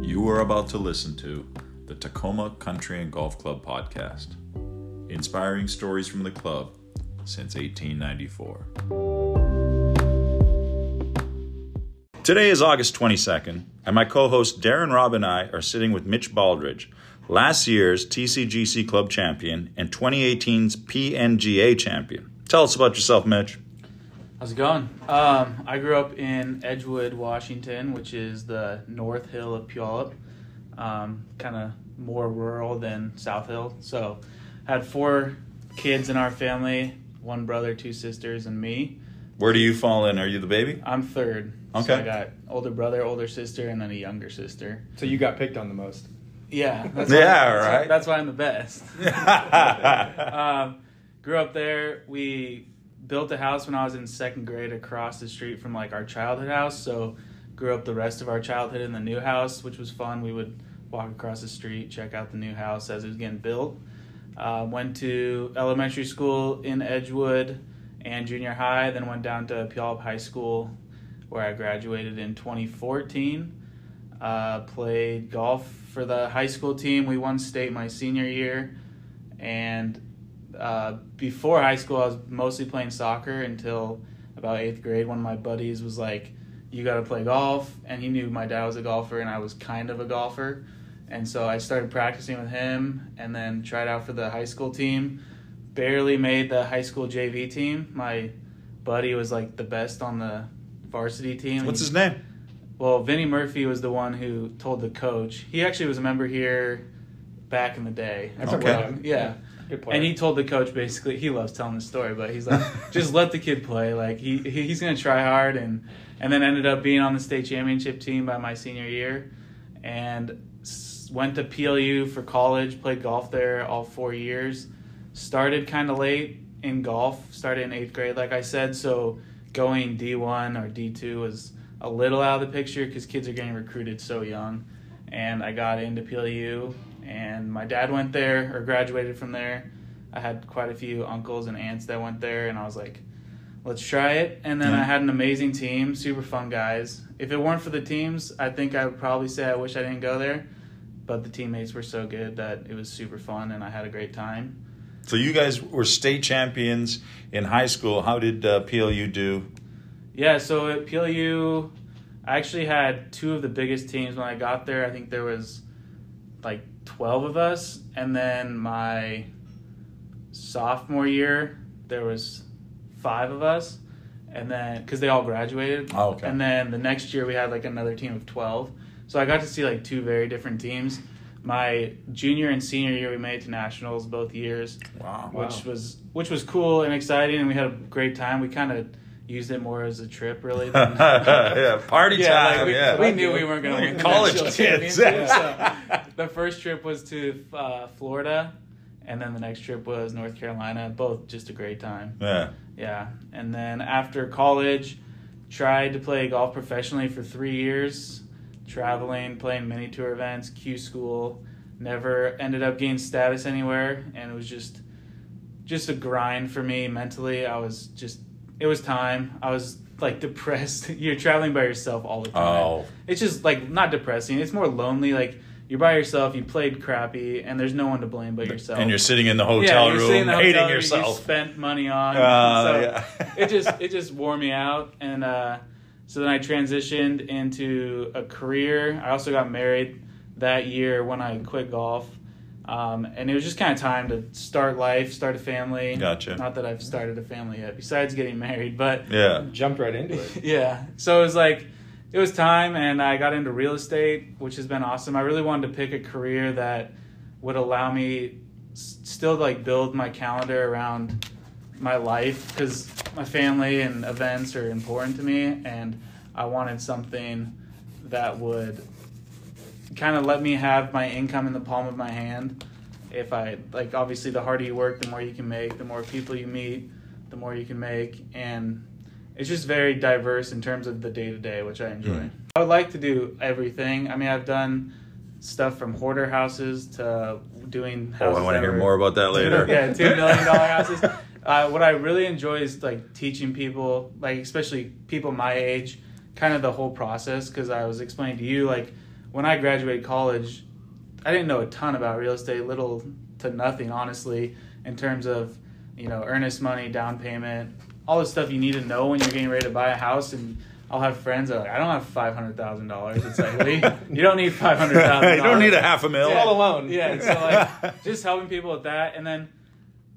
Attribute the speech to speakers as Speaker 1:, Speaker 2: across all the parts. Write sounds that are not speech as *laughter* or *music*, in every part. Speaker 1: You are about to listen to the Tacoma Country and Golf Club podcast, inspiring stories from the club since 1894. Today is August 22nd, and my co host Darren Robb and I are sitting with Mitch Baldridge, last year's TCGC Club champion and 2018's PNGA champion. Tell us about yourself, Mitch.
Speaker 2: How's it going? Um, I grew up in Edgewood, Washington, which is the north hill of Puyallup, um, kind of more rural than South Hill. So, had four kids in our family: one brother, two sisters, and me.
Speaker 1: Where do you fall in? Are you the baby? *laughs*
Speaker 2: I'm third.
Speaker 1: Okay.
Speaker 2: So I got older brother, older sister, and then a younger sister.
Speaker 3: So you got picked on the most.
Speaker 2: Yeah.
Speaker 1: *laughs*
Speaker 2: That's
Speaker 1: Yeah,
Speaker 2: that's
Speaker 1: right.
Speaker 2: That's why I'm the best. *laughs* um, grew up there. We built a house when I was in second grade across the street from like our childhood house. So grew up the rest of our childhood in the new house, which was fun. We would walk across the street, check out the new house as it was getting built. Uh, went to elementary school in Edgewood and junior high, then went down to Puyallup High School where I graduated in 2014. Uh, played golf for the high school team. We won state my senior year. And uh, before high school, I was mostly playing soccer until about eighth grade. One of my buddies was like, You got to play golf. And he knew my dad was a golfer, and I was kind of a golfer. And so I started practicing with him and then tried out for the high school team. Barely made the high school JV team. My buddy was like the best on the varsity team.
Speaker 1: What's his name?
Speaker 2: Well, Vinny Murphy was the one who told the coach. He actually was a member here back in the day.
Speaker 3: That's
Speaker 1: Okay.
Speaker 3: okay.
Speaker 2: Yeah.
Speaker 3: Good player.
Speaker 2: And he told the coach basically he loves telling the story, but he's like, just let the kid play. Like he he- he's gonna try hard and and then ended up being on the state championship team by my senior year, and s- went to PLU for college. Played golf there all four years. Started kind of late in golf. Started in eighth grade, like I said. So going D one or D two was a little out of the picture because kids are getting recruited so young and I got into PLU. And my dad went there or graduated from there. I had quite a few uncles and aunts that went there, and I was like, let's try it. And then I
Speaker 1: Yeah.
Speaker 2: had an amazing team, super fun guys. If it weren't for the teams, I think I would probably say I wish I didn't go there. But the teammates were so good that it was super fun, and I had a great time.
Speaker 1: So you guys were state champions in high school. How did uh, PLU do?
Speaker 2: Yeah, so at PLU, I actually had two of the biggest teams when I got there. I think there was like 12 of us, and then my sophomore year there was five of us, and then because they all graduated.
Speaker 1: Oh, okay.
Speaker 2: And then the next year we had like another team of 12. So I got to see like two very different teams. My junior and senior year we made it to nationals both years
Speaker 1: Wow.
Speaker 2: which was which was cool and exciting, and we had a great time. We kind of used it more as a trip, really.
Speaker 1: *laughs*
Speaker 2: Than,
Speaker 1: yeah, *laughs* party
Speaker 2: Yeah, like,
Speaker 1: time.
Speaker 2: we,
Speaker 1: yeah.
Speaker 2: we knew we weren't going to
Speaker 1: Like
Speaker 2: win
Speaker 1: *laughs*
Speaker 2: the
Speaker 1: college
Speaker 2: national
Speaker 1: kids.
Speaker 2: championship, so the first trip was to uh, Florida, and then the next trip was North Carolina. Both just a great time.
Speaker 1: yeah.
Speaker 2: Yeah, and then after college, tried to play golf professionally for three years, traveling, playing mini tour events, Q school. Never ended up getting status anywhere, and it was just, just a grind for me mentally. I was just, it was time. I was like *laughs* depressed. You're traveling by yourself all the time.
Speaker 1: Oh.
Speaker 2: It's just like not depressing. It's more lonely. Like you're by yourself. You played crappy, and there's no one to blame but yourself
Speaker 1: And you're sitting in the hotel
Speaker 2: you're
Speaker 1: room
Speaker 2: sitting in the
Speaker 1: hating
Speaker 2: hotel room You
Speaker 1: yourself.
Speaker 2: spent money on.
Speaker 1: Uh,
Speaker 2: so
Speaker 1: yeah.
Speaker 2: it just it just wore me out, and uh, so then I transitioned into a career. I also got married that year when I quit golf, um, and it was just kind of time to start life, start a family.
Speaker 1: Gotcha.
Speaker 2: Not that I've started a family yet, besides getting married, but
Speaker 1: Yeah.
Speaker 3: jumped right into
Speaker 2: *laughs*
Speaker 3: it.
Speaker 2: yeah. So it was like, it was time, and I got into real estate, which has been awesome. I really wanted to pick a career that would allow me s- still like build my calendar around my life because my family and events are important to me, and I wanted something that would kind of let me have my income in the palm of my hand. If I like, obviously, the harder you work, the more you can make. The more people you meet, the more you can make, and it's just very diverse in terms of the day to day, which I enjoy.
Speaker 1: Mm.
Speaker 2: I would like to do everything. I mean, I've done stuff from hoarder houses to doing
Speaker 1: Oh,
Speaker 2: houses.
Speaker 1: I want to
Speaker 2: that
Speaker 1: hear
Speaker 2: were-
Speaker 1: more about that later.
Speaker 2: *laughs* yeah, two million dollar houses.
Speaker 1: *laughs*
Speaker 2: Uh, what I really enjoy is like teaching people, like especially people my age, kind of the whole process. Because I was explaining to you, like when I graduated college, I didn't know a ton about real estate, little to nothing, honestly, in terms of you know earnest money, down payment, all the stuff you need to know when you're getting ready to buy a house. And I'll have friends that are like, I don't have five hundred thousand dollars. It's like, Lee, you don't need five hundred
Speaker 1: *laughs*
Speaker 2: thousand.
Speaker 1: you don't need a half a mil.
Speaker 2: Yeah.
Speaker 1: *laughs*
Speaker 2: alone. Yeah, so like just helping people with that, and then,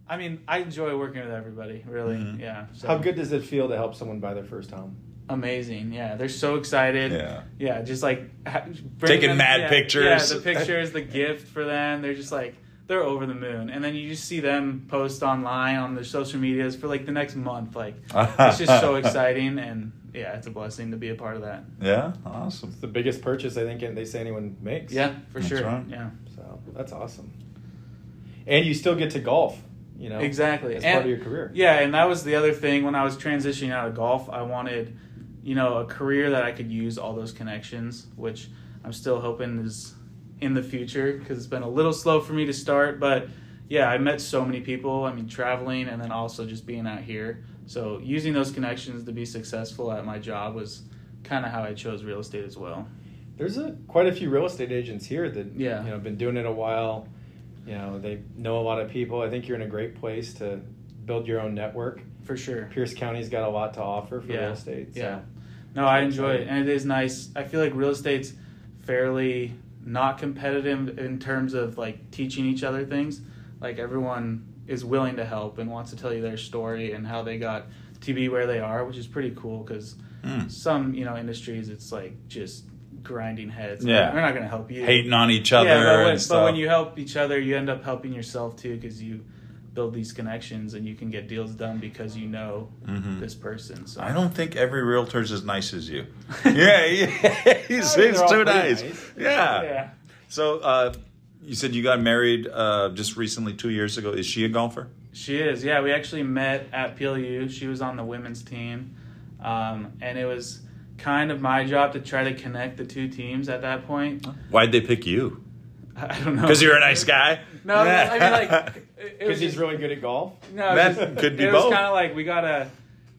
Speaker 2: I mean, I enjoy working with everybody. Really,
Speaker 1: Mhm.
Speaker 2: yeah. So
Speaker 3: How good does it feel to help someone buy their first home?
Speaker 2: Amazing, yeah. They're so excited.
Speaker 1: Yeah.
Speaker 2: yeah. Just like ha- bring
Speaker 1: Taking mad
Speaker 2: yeah,
Speaker 1: pictures.
Speaker 2: Yeah, the pictures, the gift for them. They're just like they're over the moon. And then you just see them post online on their social medias for like the next
Speaker 1: *laughs*
Speaker 2: month. Like it's just so exciting, and yeah, it's a blessing to be a part of that.
Speaker 1: Yeah, awesome.
Speaker 3: It's the biggest purchase I think they say anyone makes.
Speaker 2: Yeah, for
Speaker 1: That's
Speaker 2: sure.
Speaker 1: right.
Speaker 2: Yeah.
Speaker 3: So that's awesome. And you still get to golf, you know.
Speaker 2: Exactly.
Speaker 3: As
Speaker 2: And-
Speaker 3: part of your career.
Speaker 2: Yeah, and that was the other thing when I was transitioning out of golf, I wanted, you know, a career that I could use all those connections, which I'm still hoping is in the future because it's been a little slow for me to start, but yeah, I met so many people. I mean, traveling and then also just being out here. So using those connections to be successful at my job was kind of how I chose real estate as well.
Speaker 3: There's a quite a few real estate agents here that
Speaker 2: Yeah.
Speaker 3: you know been doing it a while. You know, they know a lot of people. I think you're in a great place to build your own network.
Speaker 2: For sure.
Speaker 3: Pierce County's got a lot to offer for
Speaker 2: Yeah.
Speaker 3: real estate. So.
Speaker 2: Yeah. No, I enjoy it,
Speaker 1: Um,
Speaker 3: exciting.
Speaker 2: and it is nice. I feel like real estate's fairly not competitive in terms of like teaching each other things. Like everyone is willing to help and wants to tell you their story and how they got to be where they are, which is pretty cool because
Speaker 1: Mm.
Speaker 2: some you know industries it's like just grinding heads.
Speaker 1: Yeah.
Speaker 2: we're not gonna help you.
Speaker 1: Hating on each other
Speaker 2: Yeah, but when,
Speaker 1: and stuff.
Speaker 2: but when you help each other, you end up helping yourself too because you build these connections and you can get deals done because you know
Speaker 1: Mhm.
Speaker 2: this person. So
Speaker 1: I don't think every realtor's as nice as
Speaker 2: *laughs*
Speaker 1: you. yeah, yeah. he *laughs* seems
Speaker 3: they're all
Speaker 1: too
Speaker 3: pretty
Speaker 1: nice.
Speaker 3: nice.
Speaker 1: Yeah.
Speaker 2: yeah.
Speaker 1: So uh, you said you got married uh, just recently, two years ago. Is she a golfer?
Speaker 2: She is, yeah. We actually met at PLU. She was on the women's team, um, and it was kind of my job to try to connect the two teams at that point.
Speaker 1: Why'd they pick you?
Speaker 2: I I don't know
Speaker 1: Because you're a nice guy.
Speaker 2: No, I mean like it, it was
Speaker 3: Because he's
Speaker 2: just-
Speaker 3: really good at golf.
Speaker 2: no, it
Speaker 1: That
Speaker 2: was just-
Speaker 1: could be
Speaker 2: it
Speaker 1: both.
Speaker 2: was kind of like we got a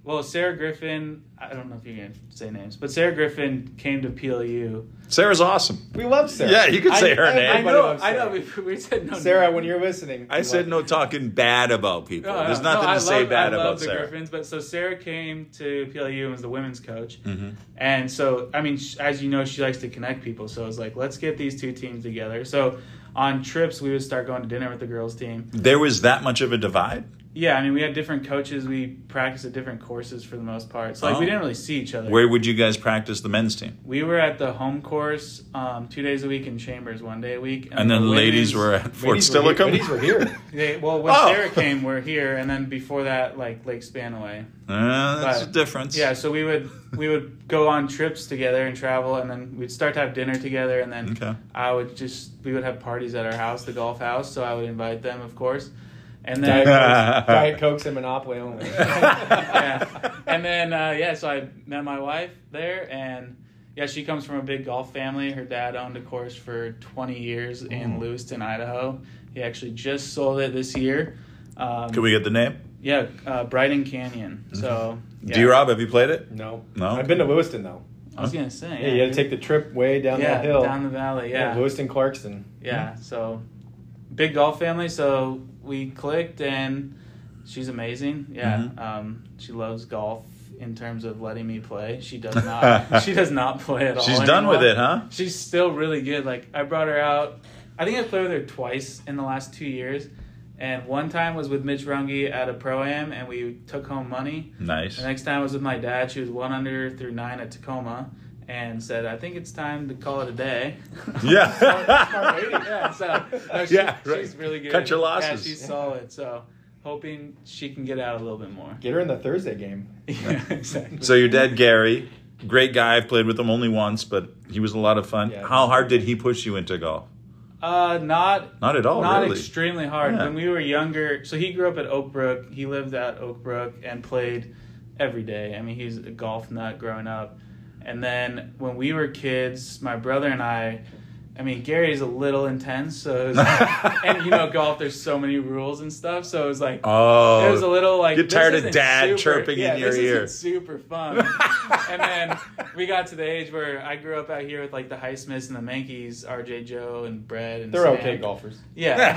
Speaker 2: well, Sarah Griffin. I don't know if you can say names, but Sarah Griffin came to PLU.
Speaker 1: *laughs* Sarah's awesome.
Speaker 3: We love Sarah.
Speaker 1: Yeah, you could
Speaker 3: I-
Speaker 1: say her
Speaker 3: I-
Speaker 1: name.
Speaker 2: I
Speaker 3: everybody
Speaker 2: know,
Speaker 3: loves
Speaker 2: I know.
Speaker 3: Sarah.
Speaker 2: We, we said no.
Speaker 3: Sarah,
Speaker 2: names.
Speaker 3: when you're listening,
Speaker 1: I
Speaker 3: we
Speaker 1: said no
Speaker 3: love
Speaker 1: talking bad about people.
Speaker 2: No,
Speaker 1: There's
Speaker 2: no,
Speaker 1: nothing
Speaker 2: Oh, no, I
Speaker 1: to say
Speaker 2: love-
Speaker 1: bad
Speaker 2: I love
Speaker 1: about
Speaker 2: the
Speaker 1: Sarah.
Speaker 2: Griffins, but so Sarah came to PLU and was the women's coach,
Speaker 1: Mhm.
Speaker 2: and so I mean, sh- as you know, she likes to connect people. So I was like, let's get these two teams together. So on trips, we would start going to dinner with the girls' team.
Speaker 1: There was that much of a divide.
Speaker 2: Yeah, I mean, we had different coaches. We practiced at different courses for the most part. So like,
Speaker 1: Oh.
Speaker 2: we didn't really see each other.
Speaker 1: Where would you guys practice the men's team?
Speaker 2: we were at the home course um, two days a week in chambers, one day a week,
Speaker 1: And then the ladies
Speaker 2: women's-
Speaker 1: were at
Speaker 3: Sarah.
Speaker 1: Fort
Speaker 3: Ladies were here-
Speaker 1: Steilacoom.
Speaker 3: Ladies were here.
Speaker 2: They, well, when
Speaker 1: Oh.
Speaker 2: Sarah came, we're here, and then before that, like Lake Spanaway.
Speaker 1: *laughs* Uh, that's
Speaker 2: But-
Speaker 1: a difference.
Speaker 2: *laughs* Yeah, so we would we would go on trips together and travel, and then we'd start to have dinner together, and then
Speaker 1: Okay.
Speaker 2: I would just we would have parties at our house, the golf house. So I would invite them, of course, and
Speaker 1: *laughs*
Speaker 3: Diet,
Speaker 2: then
Speaker 3: Cokes, Diet Cokes and Monopoly only.
Speaker 2: yeah, and then uh, yeah, so I met my wife there, and yeah, she comes from a big golf family. Her dad owned a course for 20 years in Lewiston, Idaho. He actually just sold it this year. Um,
Speaker 1: Can we get the name?
Speaker 2: Yeah, uh, Brighton Canyon. So yeah.
Speaker 1: D Rob, have Mm-hmm. you played it?
Speaker 3: No,
Speaker 1: No?
Speaker 3: I've been to Lewiston though.
Speaker 2: I was gonna say
Speaker 3: Yeah, you had to take the trip way down
Speaker 2: yeah,
Speaker 3: that hill.
Speaker 2: down the valley. Yeah, yeah.
Speaker 3: Lewiston Clarkson.
Speaker 2: So big golf family. So we clicked, and she's amazing. Yeah,
Speaker 1: Mhm.
Speaker 2: um, she loves golf in terms of letting me play. She does not. she does not play at all.
Speaker 1: She's done with
Speaker 2: anymore.
Speaker 1: it, huh?
Speaker 2: She's still really good. Like I brought her out. I think I played with her twice in the last two years. And one time was with Mitch Runge at a pro am, and we took home money.
Speaker 1: Nice.
Speaker 2: The next time I was with my dad. She was one under through nine at Tacoma, and said, "I think it's time to call it a day."
Speaker 1: *laughs*
Speaker 2: *laughs*
Speaker 1: Yeah.
Speaker 2: Smart- smart lady. yeah. So no, she-
Speaker 1: Yeah, right.
Speaker 2: she's really good.
Speaker 1: Cut your
Speaker 2: Yeah,
Speaker 1: losses.
Speaker 2: she's solid. So hoping she can get out a little bit more.
Speaker 3: Get her in the Thursday game.
Speaker 2: *laughs* yeah, exactly.
Speaker 1: So your dad Gary, great guy. I've played with him only once, but he was a lot of fun.
Speaker 3: Yeah.
Speaker 1: How hard did he push you into golf?
Speaker 2: uh, not
Speaker 1: Not at all,
Speaker 2: not
Speaker 1: Oh, really.
Speaker 2: extremely hard.
Speaker 1: Yeah.
Speaker 2: When we were younger, so he grew up at Oak Brook. He lived at Oak Brook and played every day. I mean, he's a golf nut growing up. And then when we were kids, my brother and I, I mean, Gary's a little intense, so it
Speaker 1: *laughs*
Speaker 2: was like, and you know, golf. There's so many rules and stuff, so it was like
Speaker 1: Oh,
Speaker 2: it was a little like
Speaker 1: Get
Speaker 2: this
Speaker 1: tired of
Speaker 2: isn't
Speaker 1: dad
Speaker 2: super-
Speaker 1: chirping
Speaker 2: yeah,
Speaker 1: in your
Speaker 2: this
Speaker 1: ear.
Speaker 2: Isn't super fun.
Speaker 1: *laughs*
Speaker 2: and then we got to the age where I grew up out here with like the Highsmiths and the Mankeys, RJ Joe and Brad and
Speaker 3: They're
Speaker 2: Sam.
Speaker 3: okay golfers.
Speaker 2: Yeah,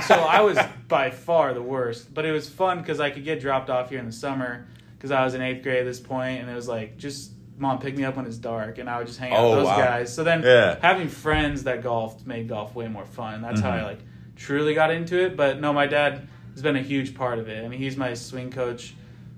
Speaker 1: *laughs*
Speaker 2: so I was by far the worst, but it was fun because I could get dropped off here in the summer because I was in eighth grade at this point, and it was like just mom pick me up when it's dark, and I would just hang out
Speaker 1: Oh,
Speaker 2: with those
Speaker 1: wow.
Speaker 2: guys. So then
Speaker 1: Yeah.
Speaker 2: having friends that golfed made golf way more fun. and That's how
Speaker 1: Mm-hmm.
Speaker 2: I like truly got into it. But no, my dad has been a huge part of it. I mean, he's my swing coach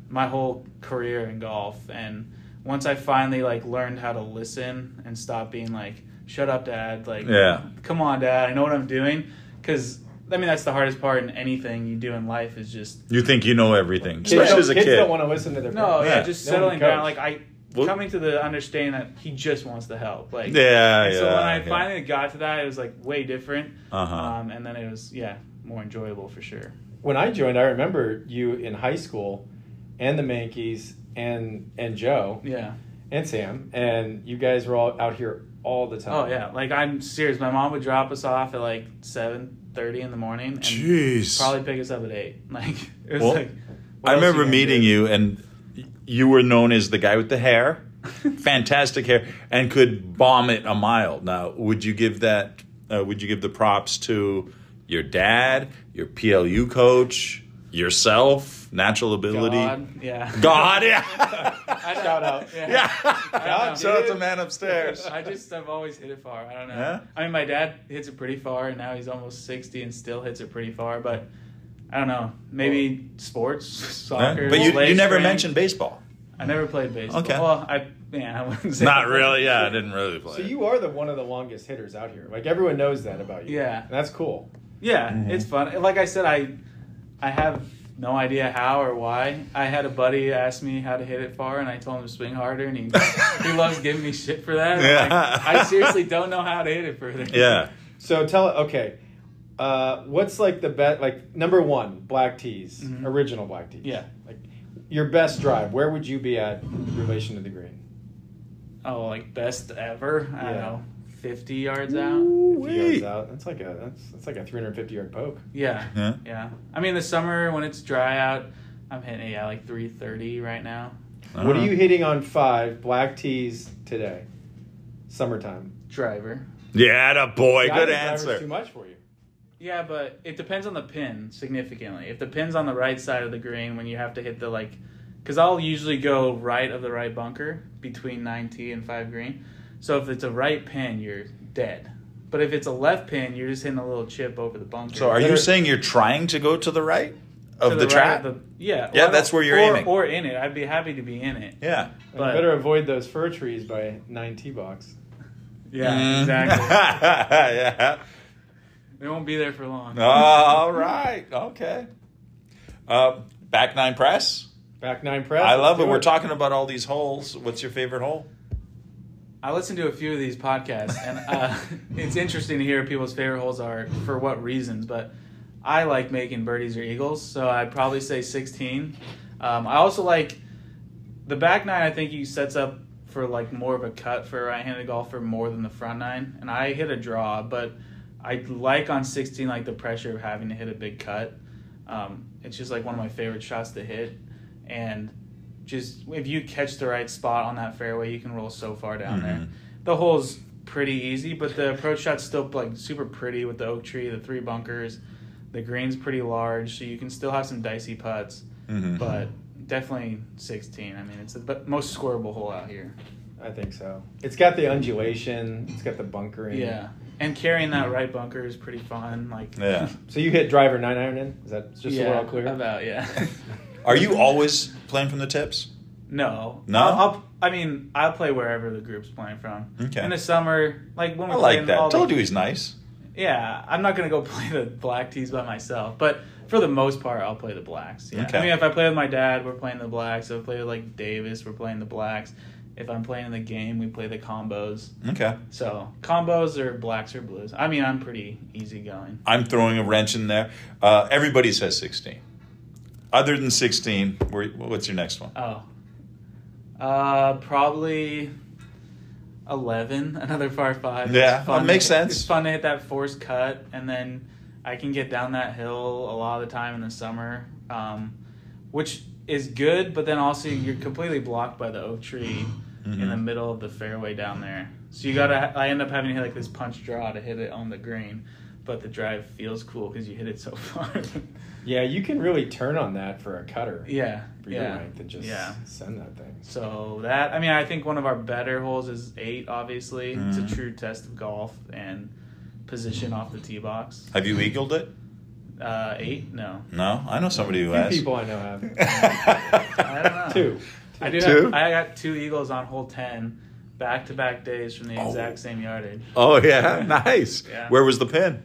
Speaker 2: my whole career in golf, and once I finally like learned how to listen and stop being like, "Shut up, dad!" Like,
Speaker 1: Yeah.
Speaker 2: come on, dad, I know what I'm doing. Because I mean, that's the hardest part in anything you do in life is just
Speaker 1: You think you know everything,
Speaker 3: Kids,
Speaker 1: especially
Speaker 3: don't,
Speaker 1: as a
Speaker 3: kids
Speaker 1: kid.
Speaker 3: don't want to listen to their
Speaker 2: no,
Speaker 3: parents.
Speaker 2: yeah,
Speaker 1: Yeah.
Speaker 2: just
Speaker 3: No one
Speaker 2: settling
Speaker 3: coach.
Speaker 2: down. Like I
Speaker 1: Well-
Speaker 2: coming to the understanding that he just wants to help. Like
Speaker 1: yeah,
Speaker 2: and
Speaker 1: yeah.
Speaker 2: So when I
Speaker 1: yeah.
Speaker 2: finally got to that, it was like way different.
Speaker 1: Uh-huh.
Speaker 2: Um, and then it was yeah more enjoyable for sure.
Speaker 3: When I joined, I remember you in high school, and the Mankeys and and Joe
Speaker 2: Yeah.
Speaker 3: and Sam, and you guys were all out here all the time.
Speaker 2: Oh yeah. Like I'm serious. My mom would drop us off at like seven thirty in the morning. And
Speaker 1: Jeez.
Speaker 2: Probably pick us up at eight. *laughs* Like it was
Speaker 1: Well,
Speaker 2: like. what
Speaker 1: I
Speaker 2: else
Speaker 1: remember
Speaker 2: you gonna
Speaker 1: meeting
Speaker 2: do?
Speaker 1: you, and y- you were known as the guy with the hair,
Speaker 2: *laughs*
Speaker 1: fantastic hair, and could bomb it a mile. Now, would you give that? Uh, would you give the props to your dad, your PLU coach, yourself, natural ability,
Speaker 2: God, yeah.
Speaker 1: God, yeah,
Speaker 2: *laughs*
Speaker 3: *laughs*
Speaker 1: *laughs*
Speaker 2: I don't-
Speaker 3: Shout out.
Speaker 2: Yeah.
Speaker 1: yeah.
Speaker 2: I don't know.
Speaker 1: Shout out to man upstairs.
Speaker 2: *laughs* I just I've always hit it far. I don't know.
Speaker 1: Yeah?
Speaker 2: I mean, my dad hits it pretty far, and now he's almost sixty and still hits it pretty far. But I don't know. Maybe sports,
Speaker 1: Huh?
Speaker 2: *laughs* soccer.
Speaker 1: But you,
Speaker 2: leg
Speaker 1: you never
Speaker 2: strength.
Speaker 1: mentioned baseball.
Speaker 2: I never played baseball.
Speaker 1: Okay.
Speaker 2: Well, I yeah, I wouldn't say
Speaker 1: Not really. Yeah, I didn't really play.
Speaker 3: So you are the one of the longest hitters out here. Like everyone knows that about you.
Speaker 2: Yeah.
Speaker 3: And that's cool.
Speaker 2: Yeah,
Speaker 1: Mm-hmm.
Speaker 2: it's fun. Like I said, I I have no idea how or why. I had a buddy ask me how to hit it far, and I told him to swing harder, and he
Speaker 1: *laughs*
Speaker 2: he loves giving me shit for that. I'm like,
Speaker 1: Yeah.
Speaker 2: I seriously don't know how to hit it further.
Speaker 1: yeah.
Speaker 3: So tell okay, uh, what's like the best like number one black tees original black tees.
Speaker 2: Mm-hmm. Yeah.
Speaker 3: Like your best drive. Where would you be at in relation to the green?
Speaker 2: Oh, like best ever. I don't
Speaker 3: Yeah.
Speaker 2: know, fifty yards out.
Speaker 3: If he goes out, that's like a that's that's like a 350 yard poke.
Speaker 2: Yeah,
Speaker 1: Yeah.
Speaker 2: yeah. I mean, the summer when it's dry out, I'm hitting it, yeah like three thirty right now.
Speaker 3: What are you hitting on five black tees today? Summertime.
Speaker 2: Driver.
Speaker 1: Uh-huh. Yeah, that boy.
Speaker 3: Yeah, I
Speaker 1: Good
Speaker 3: think driver's Too
Speaker 1: answer.
Speaker 3: much for you.
Speaker 2: Yeah, but it depends on the pin significantly. If the pin's on the right side of the green, when you have to hit the like, because I'll usually go right of the right bunker between nine t and five green. So if it's a right pin, you're dead. But if it's a left pin, you're just hitting a little chip over the bunker.
Speaker 1: So are
Speaker 3: Better-
Speaker 1: you saying you're trying to go to the right
Speaker 2: To
Speaker 1: of the, trap?
Speaker 2: Right of the, yeah.
Speaker 1: Yeah,
Speaker 2: or-
Speaker 1: that's where you're
Speaker 2: or,
Speaker 1: aiming.
Speaker 2: Or in it, I'd be happy to be in it.
Speaker 1: yeah.
Speaker 3: And
Speaker 2: But-
Speaker 3: you better avoid those fir trees by nine tee box.
Speaker 2: Yeah,
Speaker 1: Mm.
Speaker 2: exactly.
Speaker 1: *laughs* yeah. Oh,
Speaker 2: they won't be there for
Speaker 1: *laughs*
Speaker 2: long.
Speaker 1: All right. Okay. Uh, back nine press.
Speaker 3: Back nine press.
Speaker 1: I
Speaker 3: let's
Speaker 1: love
Speaker 3: do
Speaker 1: it. We're talking about all these holes. What's your favorite hole?
Speaker 2: I listen to a few of these podcasts, and uh, *laughs* it's interesting to hear people's favorite holes are for what reasons. But I like making birdies or eagles, so I'd probably say 16. Um, I also like the back nine. I think he sets up for like more of a cut for a right-handed golfer more than the front nine, and I hit a draw, but I like on 16 like the pressure of having to hit a big cut. Um, it's just like one of my favorite shots to hit, and just if you catch the right spot on that fairway, you can roll so far down there. The hole's pretty easy, but the approach shot's still like super pretty with the oak tree, the three bunkers. The green's pretty large, so you can still have some dicey putts,
Speaker 1: Mm-hmm.
Speaker 2: but definitely 16. I mean, it's the b- most scoreable hole out here.
Speaker 3: I think so. It's got the undulation. It's got the bunkering.
Speaker 2: Yeah. And carrying that right bunker is pretty fun. Like,
Speaker 1: Mm-hmm.
Speaker 2: *laughs*
Speaker 1: Yeah.
Speaker 3: So you hit driver nine iron in? Is that just so we're all clear?
Speaker 2: About, yeah.
Speaker 1: *laughs* Are you always playing from the tips?
Speaker 2: No,
Speaker 1: No?
Speaker 2: I'll, I'll, I mean, I play wherever the group's playing from.
Speaker 1: Okay.
Speaker 2: In the summer, like when
Speaker 1: I
Speaker 2: we're
Speaker 1: like
Speaker 2: playing
Speaker 1: that.
Speaker 2: all the-
Speaker 1: Told you he's nice.
Speaker 2: Yeah, I'm not gonna go *laughs* play the black tees by myself, but for the most part, I'll play the blacks. Yeah.
Speaker 1: Okay.
Speaker 2: I mean, if I play with my dad, we're playing the blacks. If I play with like Davis, we're playing the blacks. If I'm playing in the game, we play the combos.
Speaker 1: Okay.
Speaker 2: So combos or blacks or blues. I mean, I'm pretty easygoing.
Speaker 1: I'm throwing a wrench in there. Uh, everybody says 16. Other than 16, where, what's your next one?
Speaker 2: Oh. Uh, probably. eleven, *laughs* another par five.
Speaker 1: Yeah,
Speaker 2: It's fun
Speaker 1: that makes
Speaker 2: to-
Speaker 1: sense.
Speaker 2: It's fun to hit that forced cut, and then I can get down that hill a lot of the time in the summer, um, which is good. But then also you're completely blocked by the oak tree
Speaker 1: Mm-hmm.
Speaker 2: in the middle of the fairway down there. So you gotta. I end up having to hit like this punch draw to hit it on the green, but the drive feels cool because you hit it so *laughs* far.
Speaker 3: Yeah, you can really turn on that for a cutter.
Speaker 2: yeah,
Speaker 3: For your
Speaker 2: yeah,
Speaker 3: length and just
Speaker 2: yeah.
Speaker 3: send that thing.
Speaker 2: So that I mean I think one of our better holes is eight. Obviously, it's
Speaker 1: Mhm.
Speaker 2: a true test of golf and position off the tee box.
Speaker 1: Have you eagled it?
Speaker 2: Uh, eight? No,
Speaker 1: No, I know somebody who
Speaker 3: Few
Speaker 1: has. *laughs*
Speaker 3: people I know have.
Speaker 2: I don't know.
Speaker 3: Two.
Speaker 2: I do.
Speaker 1: Two?
Speaker 2: Have, I got two eagles on hole ten, back to back days from the
Speaker 1: Oh.
Speaker 2: exact same yardage. *laughs*
Speaker 1: Oh yeah, *laughs* nice.
Speaker 2: Yeah.
Speaker 1: Where was the pin?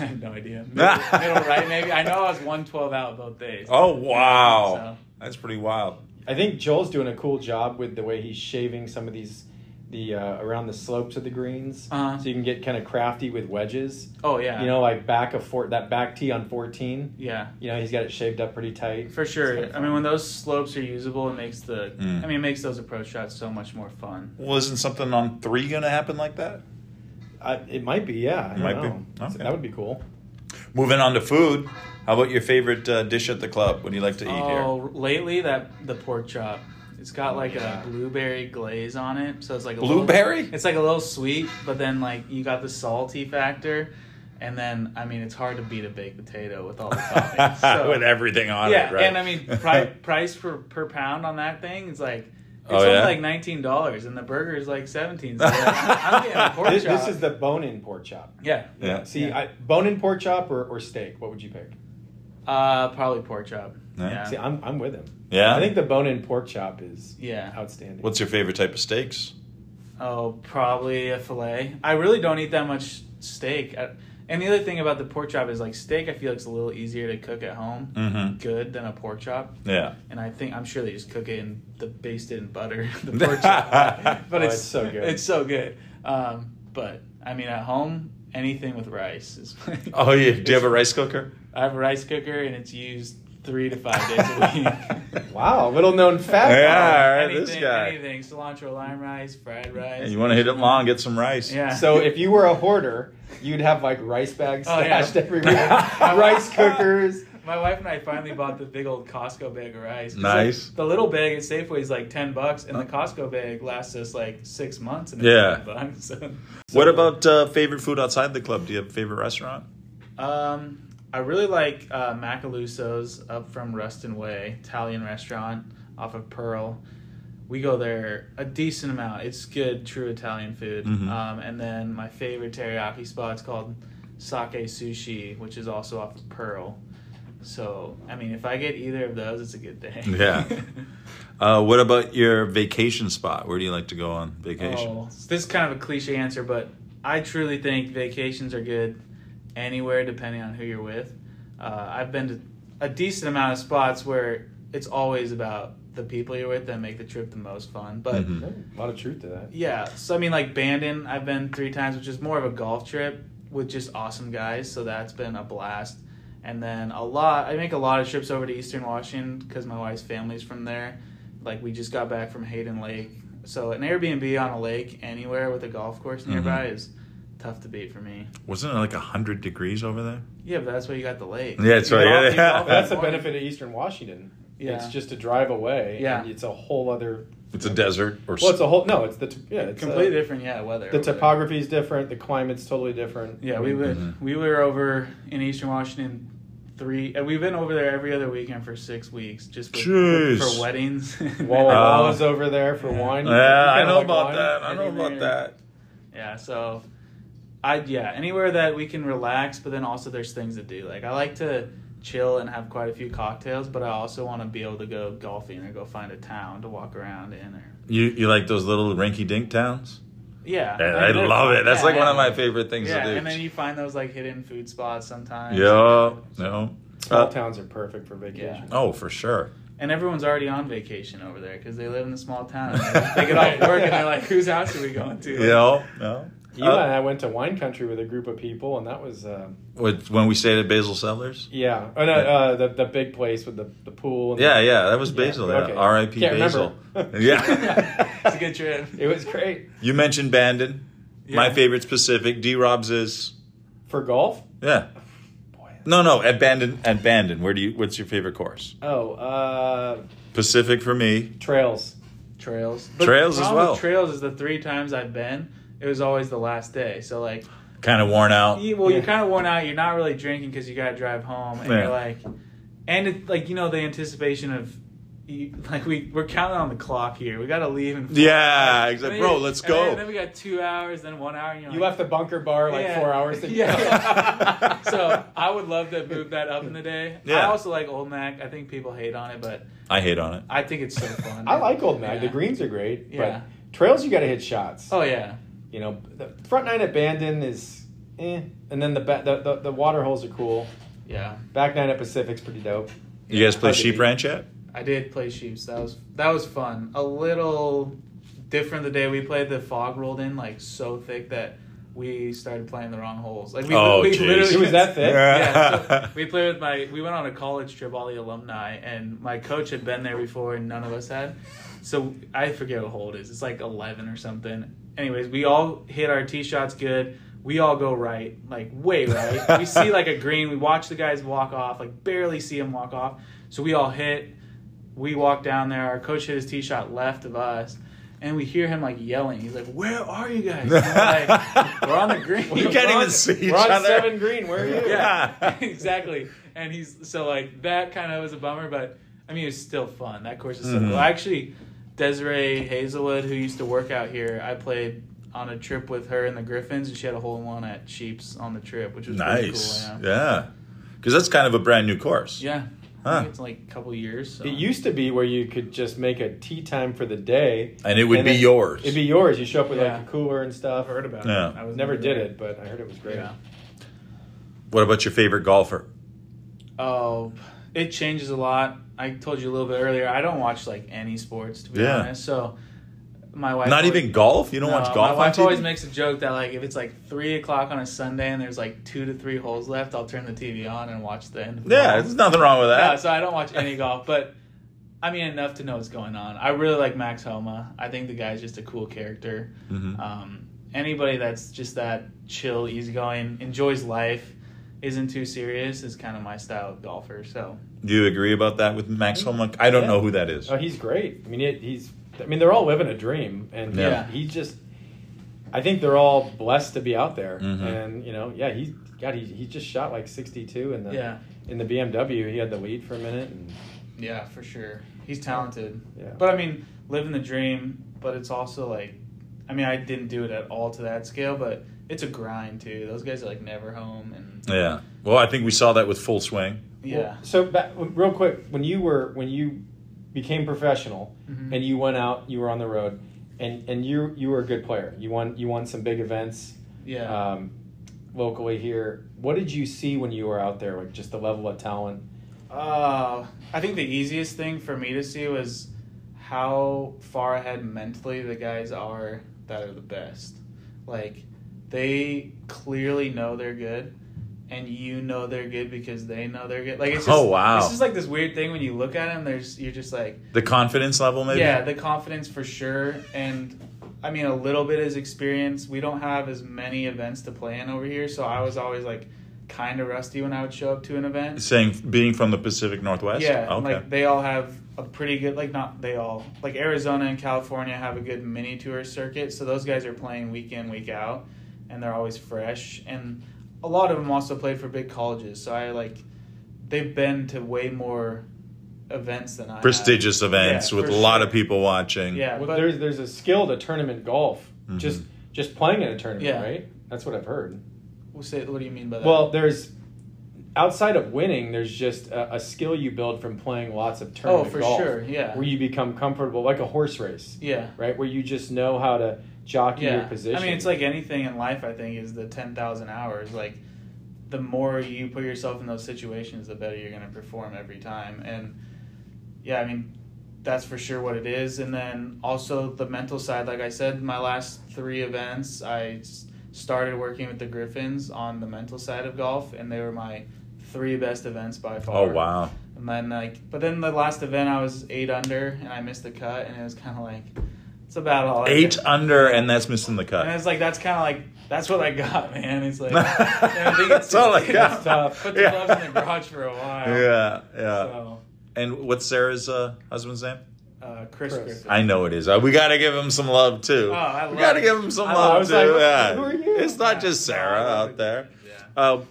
Speaker 2: I have no idea.
Speaker 1: *laughs*
Speaker 2: Middle, middle right? Maybe I know I was one twelve out both days.
Speaker 1: Oh wow,
Speaker 2: So.
Speaker 1: that's pretty wild.
Speaker 3: I think Joel's doing a cool job with the way he's shaving some of these the uh, around the slopes of the greens,
Speaker 2: Uh-huh.
Speaker 3: so you can get kind of crafty with wedges.
Speaker 2: Oh yeah.
Speaker 3: You know, like back of four, that back tee on fourteen.
Speaker 2: Yeah.
Speaker 3: You know, he's got it shaved up pretty tight.
Speaker 2: For
Speaker 3: It's
Speaker 2: sure.
Speaker 3: kinda
Speaker 2: I mean, when those slopes are usable, it makes the.
Speaker 1: Mm.
Speaker 2: I mean, it makes those approach shots so much more fun.
Speaker 1: Well, isn't something on three gonna happen like that?
Speaker 3: I, it might be, yeah. I don't
Speaker 1: Might be.
Speaker 3: know. So
Speaker 1: Okay.
Speaker 3: that would be cool.
Speaker 1: Moving on to food. How about your favorite uh, dish at the club? What do you like to eat *laughs*
Speaker 2: Oh, lately that the pork chop. It's got like
Speaker 3: yeah.
Speaker 2: a blueberry glaze on it, so it's like a
Speaker 1: Blueberry?
Speaker 2: Little, it's like a little sweet, but then like you got the salty factor, and then I mean it's hard to beat a baked potato with all
Speaker 1: *laughs*
Speaker 2: the
Speaker 1: here?
Speaker 2: toppings. So,
Speaker 1: With everything on
Speaker 2: yeah,
Speaker 1: it, right?
Speaker 2: and I mean
Speaker 1: *laughs*
Speaker 2: pri- price per per pound on that thing is like. It's
Speaker 1: Oh,
Speaker 2: only
Speaker 1: yeah?
Speaker 2: like nineteen dollars, and the burger is like seventeen. So like, I'm getting a pork
Speaker 3: This,
Speaker 2: chop.
Speaker 3: this is the bone-in pork chop.
Speaker 2: yeah,
Speaker 1: yeah.
Speaker 3: See,
Speaker 2: Yeah.
Speaker 3: I, bone-in pork chop or, or steak? What would you pick?
Speaker 2: uh, probably pork chop.
Speaker 1: Yeah.
Speaker 2: Yeah,
Speaker 3: See, I'm, I'm with him.
Speaker 1: Yeah?
Speaker 3: I think the bone-in pork chop is
Speaker 2: yeah.
Speaker 3: outstanding.
Speaker 1: What's your favorite type of steaks?
Speaker 2: Oh, probably a fillet. I really don't eat that much steak. I, and the other thing about the pork chop is like steak. I feel like it's a little easier to cook at home,
Speaker 1: Mm-hmm.
Speaker 2: good than a pork chop.
Speaker 1: Yeah.
Speaker 2: And I think I'm sure they just cook it in the baste it in butter. *laughs* The pork
Speaker 1: *laughs*
Speaker 2: chop, but
Speaker 3: Oh,
Speaker 2: it's,
Speaker 3: it's so good.
Speaker 2: It's so good. Um, but I mean, at home, anything with rice is. *laughs*
Speaker 1: Oh yeah. Do you have a rice cooker?
Speaker 2: I have a rice cooker, and it's used three to five
Speaker 1: *laughs*
Speaker 2: days a week.
Speaker 3: Wow, little-known fact.
Speaker 1: Yeah. all right, this guy.
Speaker 2: Anything, cilantro, lime rice, fried rice.
Speaker 1: you want to hit it long, get some rice.
Speaker 2: Yeah.
Speaker 3: So if you were a hoarder, you'd have like rice bags
Speaker 2: Oh, yeah.
Speaker 3: stashed
Speaker 2: *laughs*
Speaker 3: everywhere, rice cookers.
Speaker 2: My wife and I finally bought the big old Costco bag of rice. 'Cause,
Speaker 1: Nice. Uh.
Speaker 2: like, the little bag at Safeway is like ten bucks, and the Costco bag lasts us like six months. And
Speaker 1: Yeah.
Speaker 2: It's 10 bucks, *laughs* so.
Speaker 1: What about uh, favorite food outside the club? Do you have a favorite restaurant?
Speaker 2: Um, I really like uh, Macaluso's up from Ruston Way, Italian restaurant off of Pearl. We go there a decent amount. It's good, true Italian food.
Speaker 1: Mhm.
Speaker 2: Um, and then my favorite teriyaki spot's called Sake Sushi, which is also off of Pearl. So, I mean, if I get either of those, it's a good day.
Speaker 1: Yeah.
Speaker 2: *laughs*
Speaker 1: Uh, what about your vacation spot? Where do you like to go on vacation?
Speaker 2: Oh, this is kind of a cliche answer, but I truly think vacations are good anywhere, depending on who you're with. Uh, I've been to a decent amount of spots where it's always about the people you're with that make the trip the most fun. But
Speaker 3: Mm-hmm.
Speaker 1: Mhm.
Speaker 3: A lot of truth to that.
Speaker 2: yeah, so I mean, like Bandon, I've been three times, which is more of a golf trip with just awesome guys. So that's been a blast. And then a lot, I make a lot of trips over to Eastern Washington because my wife's family's from there. Like we just got back from Hayden Lake, so an Airbnb on a lake anywhere with a golf course nearby is tough to beat for me.
Speaker 1: Wasn't it like 100 degrees over there?
Speaker 2: Yeah, but that's why you got the lake.
Speaker 1: Yeah, that's
Speaker 2: You
Speaker 1: right.
Speaker 2: golf- you
Speaker 1: Yeah.
Speaker 2: golf in
Speaker 3: That's the
Speaker 2: morning.
Speaker 3: benefit of Eastern Washington.
Speaker 2: Yeah.
Speaker 3: It's just a drive away.
Speaker 2: Yeah.
Speaker 3: And it's a whole other.
Speaker 1: It's a desert or
Speaker 3: Well, it's a whole. No, it's the. t- Yeah, it's a-
Speaker 2: Completely different, yeah, weather.
Speaker 3: The
Speaker 2: over there.
Speaker 3: topography is different. The climate's totally different.
Speaker 2: Yeah, we would.
Speaker 1: Mhm.
Speaker 2: We were over in Eastern Washington three. uh, We've been over there every other weekend for six weeks, just with,
Speaker 1: Jeez.
Speaker 2: for weddings. *laughs*
Speaker 3: *laughs* Walla
Speaker 1: Uh,
Speaker 3: Walla's over there for
Speaker 2: yeah.
Speaker 3: wine.
Speaker 1: yeah, I
Speaker 3: Kinda
Speaker 1: know
Speaker 3: like
Speaker 1: about
Speaker 3: wine.
Speaker 1: that. I know
Speaker 2: Everywhere.
Speaker 1: about that.
Speaker 2: yeah, so I yeah anywhere that we can relax, but then also there's things to do. Like I like to chill and have quite a few cocktails, but I also want to be able to go golfing or go find a town to walk around in. Or
Speaker 1: You you like those little rinky dink towns?
Speaker 2: yeah,
Speaker 1: Yeah, I,
Speaker 2: they're-
Speaker 1: love it. That's
Speaker 2: yeah,
Speaker 1: like one
Speaker 2: yeah.
Speaker 1: of my favorite things
Speaker 2: Yeah,
Speaker 1: to
Speaker 2: and
Speaker 1: do.
Speaker 2: then you find those like hidden food spots sometimes.
Speaker 1: yeah, no.
Speaker 3: Small
Speaker 1: Uh,
Speaker 3: towns are perfect for vacation.
Speaker 1: oh, for sure.
Speaker 2: And everyone's already on vacation over there because they live in a small town. they get off work and they're like, "Whose house are we going to?"
Speaker 1: You know, no.
Speaker 3: You
Speaker 1: Uh,
Speaker 3: and I went to wine country with a group of people, and that was uh,
Speaker 1: With, when we stayed at Basil Sellers?
Speaker 3: yeah. Oh no, uh, the the big place with the, the pool. And
Speaker 1: Yeah, yeah, that was
Speaker 3: Yeah,
Speaker 1: Basil.
Speaker 3: okay.
Speaker 1: yeah. R.I.P.
Speaker 3: Can't
Speaker 1: Basil.
Speaker 3: remember. *laughs*
Speaker 2: it's a *laughs*
Speaker 1: yeah.
Speaker 2: good trip.
Speaker 3: it was great
Speaker 1: you mentioned Bandon. My
Speaker 2: Yeah.
Speaker 1: favorite's Pacific. D. Rob's is
Speaker 3: for golf.
Speaker 1: yeah.
Speaker 3: Boy.
Speaker 1: No, no, at Bandon. At Bandon, where do you? What's your favorite course?
Speaker 3: Oh, uh,
Speaker 1: Pacific for me.
Speaker 3: trails.
Speaker 2: Trails.
Speaker 1: Trails
Speaker 2: the
Speaker 1: as
Speaker 2: problem
Speaker 1: well.
Speaker 2: With trails is the three times I've been, it was always the last day. So like,
Speaker 1: Kind of worn out.
Speaker 2: you, well, you're
Speaker 3: Yeah.
Speaker 2: kind of worn out. You're not really drinking because you got to drive home, and
Speaker 1: Yeah.
Speaker 2: you're like, and it's like you know the anticipation of. You, like we we're counting on the clock here. We gotta leave and *laughs*
Speaker 1: Yeah,
Speaker 2: And
Speaker 1: exactly.
Speaker 2: then-
Speaker 1: Bro, let's
Speaker 2: and then-
Speaker 1: go.
Speaker 2: And then we got two hours, then one hour. And you're
Speaker 3: You
Speaker 2: like,
Speaker 3: left the bunker bar like
Speaker 2: Yeah.
Speaker 3: four hours ago.
Speaker 2: *laughs* Yeah. *laughs*
Speaker 3: *laughs*
Speaker 2: so I would love to move that up in the day.
Speaker 1: Yeah.
Speaker 2: I also like Old Mac. I think people hate on it, but
Speaker 1: I hate on it.
Speaker 2: I think it's so fun.
Speaker 3: I like Old Mag. The
Speaker 2: Yeah.
Speaker 3: greens are great,
Speaker 2: Yeah.
Speaker 3: but trails you got to hit shots.
Speaker 2: Oh yeah.
Speaker 3: You know, the front nine at Bandon is eh, and then the ba- the, the the water holes are cool.
Speaker 2: Yeah.
Speaker 3: Back nine at Pacific's pretty dope.
Speaker 1: You guys play
Speaker 3: How'd you
Speaker 1: Sheep
Speaker 3: beat?
Speaker 1: Ranch yet?
Speaker 2: I did play Sheeps. That was that was fun. A little different the day we played. The fog rolled in like so thick that we started playing the wrong holes. Like we,
Speaker 1: Oh,
Speaker 2: we
Speaker 1: jeez.
Speaker 2: literally
Speaker 1: It
Speaker 2: *laughs*
Speaker 3: was that
Speaker 2: *laughs*
Speaker 3: thick?
Speaker 2: Yeah.
Speaker 1: *laughs*
Speaker 2: *laughs* so we played with my. We went on a college trip, all the alumni, and my coach had been there before, and none of us had. So I forget what hole it is. It's like eleven or something. Anyways, we all hit our tee shots good. We all go right, like way right. we see like a green. We watch the guys walk off, like barely see them walk off. So we all hit. We walk down there. Our coach hit his tee shot left of us, and we hear him like yelling. He's like, "Where are you guys?" And we're like, we're on the green.
Speaker 1: *laughs* You can't even see each
Speaker 3: We're on
Speaker 1: other.
Speaker 3: seven green. Where are
Speaker 1: *laughs*
Speaker 3: you?
Speaker 2: yeah, *laughs* exactly. And he's so like that kind of was a bummer, but I mean it's still fun. That course is so
Speaker 1: Mm-hmm.
Speaker 2: cool. Actually, Desiree Hazelwood, who used to work out here, I played on a trip with her and the Griffins, and she had a hole in one at Sheeps on the trip, which was pretty
Speaker 1: Nice.
Speaker 2: cool. Yeah,
Speaker 1: Yeah. Because that's kind of a brand new course.
Speaker 2: yeah. I
Speaker 1: Huh.
Speaker 2: think it's like a couple years. So.
Speaker 3: It used to be where you could just make a tea time for the day.
Speaker 1: And it would be yours.
Speaker 3: It'd be yours. You show up with
Speaker 2: Yeah.
Speaker 3: like a cooler and stuff.
Speaker 2: I've heard about
Speaker 1: Yeah.
Speaker 2: it. I was
Speaker 3: Never did it, but I heard it was great.
Speaker 2: Yeah.
Speaker 1: What about your favorite golfer?
Speaker 2: Oh, it changes a lot. I told you a little bit earlier. I don't watch like any sports to be
Speaker 1: Yeah.
Speaker 2: honest. So my wife
Speaker 1: Not
Speaker 2: always-
Speaker 1: even golf? You don't
Speaker 2: No,
Speaker 1: watch golf
Speaker 2: My
Speaker 1: on
Speaker 2: wife always
Speaker 1: TV?
Speaker 2: makes a joke that like if it's like three o'clock on a Sunday and there's like two to three holes left, I'll turn the TV on and watch the end. Of the
Speaker 1: yeah,
Speaker 2: hole.
Speaker 1: there's nothing wrong with
Speaker 2: No,
Speaker 1: that.
Speaker 2: so I don't watch any golf, but I mean enough to know what's going on. I really like Max Homa. I think the guy's just a cool character.
Speaker 1: Mhm.
Speaker 2: Um, anybody that's just that chill, easygoing, enjoys life, isn't too serious is kind of my style of golfer. So
Speaker 1: Do you agree about that with Max
Speaker 2: Mm-hmm.
Speaker 1: Holmlund? I don't
Speaker 3: Yeah.
Speaker 1: know who that is.
Speaker 3: Oh, he's great. I mean, it, he's. I mean, they're all living a dream, and
Speaker 2: Yeah.
Speaker 3: yeah. he, he just. I think they're all blessed to be out there,
Speaker 1: Mhm.
Speaker 3: and you know, yeah, he God, he, he just shot like sixty two in the
Speaker 2: Yeah.
Speaker 3: in the BMW. He had the lead for a minute, and
Speaker 2: Yeah, for sure. He's talented.
Speaker 3: Yeah.
Speaker 2: But I mean, living the dream, but it's also like I mean, I didn't do it at all to that scale, but it's a grind too. Those guys are like never home and
Speaker 1: Yeah. Well, I think we saw that with Full Swing.
Speaker 2: yeah.
Speaker 3: so back, real quick, when you were when you became professional
Speaker 2: Mm-hmm.
Speaker 3: and you went out, you were on the road, and and you you were a good player. You won you won some big events.
Speaker 2: Yeah.
Speaker 3: um, locally here. What did you see when you were out there? Like just the level of talent.
Speaker 2: Uh, I think the easiest thing for me to see was how far ahead mentally the guys are that are the best. Like, they clearly know they're good, and you know they're good because they know they're good. Like, it's just,
Speaker 1: Oh, wow.
Speaker 2: It's just like this weird thing when you look at them. There's you're just like,
Speaker 1: The confidence level, maybe?
Speaker 2: yeah, the confidence for sure, and I mean a little bit is experience. We don't have as many events to play in over here, so I was always like kind of rusty when I would show up to an event.
Speaker 1: Saying being from the Pacific Northwest?
Speaker 2: Yeah, and,
Speaker 1: Okay.
Speaker 2: like they all have a pretty good like not they all like Arizona and California have a good mini tour circuit, so those guys are playing week in week out, and they're always fresh. And a lot of them also played for big colleges, so I like they've been to way more events than I have.
Speaker 1: Prestigious events
Speaker 2: uh, Yeah,
Speaker 1: with
Speaker 2: for
Speaker 1: a lot
Speaker 2: sure.
Speaker 1: of people watching.
Speaker 2: Yeah,
Speaker 3: Well,
Speaker 2: but
Speaker 3: there's there's a skill to tournament golf. Just just playing in a tournament,
Speaker 2: Yeah. uh,
Speaker 3: right? That's what I've heard.
Speaker 2: we'll say, what do you mean by that?
Speaker 3: Well, there's outside of winning, there's just a, a skill you build from playing lots of tournament
Speaker 2: oh for
Speaker 3: golf,
Speaker 2: sure, yeah,
Speaker 3: where you become comfortable, like a horse race,
Speaker 2: yeah.
Speaker 3: right? Where you just know how to jockey your position.
Speaker 2: I mean, it's like anything in life. I think is the ten thousand hours. Like, the more you put yourself in those situations, the better you're going to perform every time. And yeah, I mean, that's for sure what it is. And then also the mental side. Like I said, my last three events, I s- started working with the Griffins on the mental side of golf, and they were my three best events by far.
Speaker 1: Oh wow.
Speaker 2: And then like, but then the last event I was eight under, and I missed the cut, and it was kind of like, it's about all. I
Speaker 1: Eight
Speaker 2: got.
Speaker 1: under, and that's missing the
Speaker 2: And
Speaker 1: cut. *laughs*
Speaker 2: it's like that's kind of like that's what I got, man. It's like I think it's
Speaker 1: That's all I
Speaker 2: just-
Speaker 1: got.
Speaker 2: It's Put the
Speaker 1: Yeah.
Speaker 2: gloves in the garage for a
Speaker 1: *laughs*
Speaker 2: while.
Speaker 1: Yeah, yeah.
Speaker 2: So,
Speaker 1: And what's Sarah's uh, husband's name?
Speaker 2: uh, Chris,
Speaker 3: Chris.
Speaker 2: Griffin.
Speaker 1: I know it is. Uh, we got to give him some love too.
Speaker 2: Oh, I
Speaker 1: we
Speaker 2: love
Speaker 1: got to
Speaker 2: it.
Speaker 1: give him some
Speaker 2: I
Speaker 1: love
Speaker 2: love- I
Speaker 3: was
Speaker 1: too.
Speaker 3: like,
Speaker 1: yeah.
Speaker 3: who are you?
Speaker 1: It's not just Sarah
Speaker 2: Yeah.
Speaker 1: out there.
Speaker 2: yeah.
Speaker 1: Uh,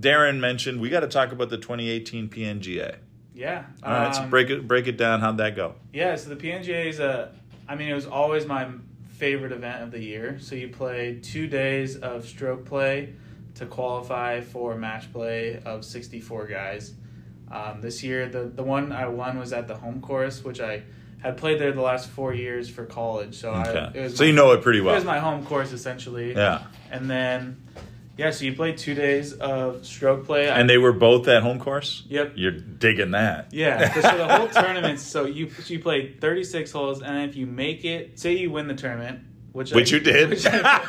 Speaker 1: Darren mentioned we got to talk about the 2018 PNGA.
Speaker 2: Yeah.
Speaker 1: All right, so
Speaker 2: Um,
Speaker 1: break it break it down. How'd that go?
Speaker 2: Yeah, so the PNGA is a. I mean, it was always my favorite event of the year. So you play two days of stroke play to qualify for match play of 64 guys. Um, this year, the, the one I won was at the home course, which I had played there the last four years for college. So I, it
Speaker 1: Okay.
Speaker 2: was
Speaker 1: So
Speaker 2: my-
Speaker 1: you know it pretty
Speaker 2: It
Speaker 1: well.
Speaker 2: was my home course essentially.
Speaker 1: Yeah.
Speaker 2: And then, yeah, so you play two days of stroke play. I-
Speaker 1: And they were both at home course.
Speaker 2: Yep.
Speaker 1: You're digging that. *laughs*
Speaker 2: Yeah, 'cause so the whole tournament. So you so you play thirty six holes, and if you make it, say you win the tournament, which
Speaker 1: Which
Speaker 2: I- *laughs*
Speaker 1: you did.
Speaker 2: which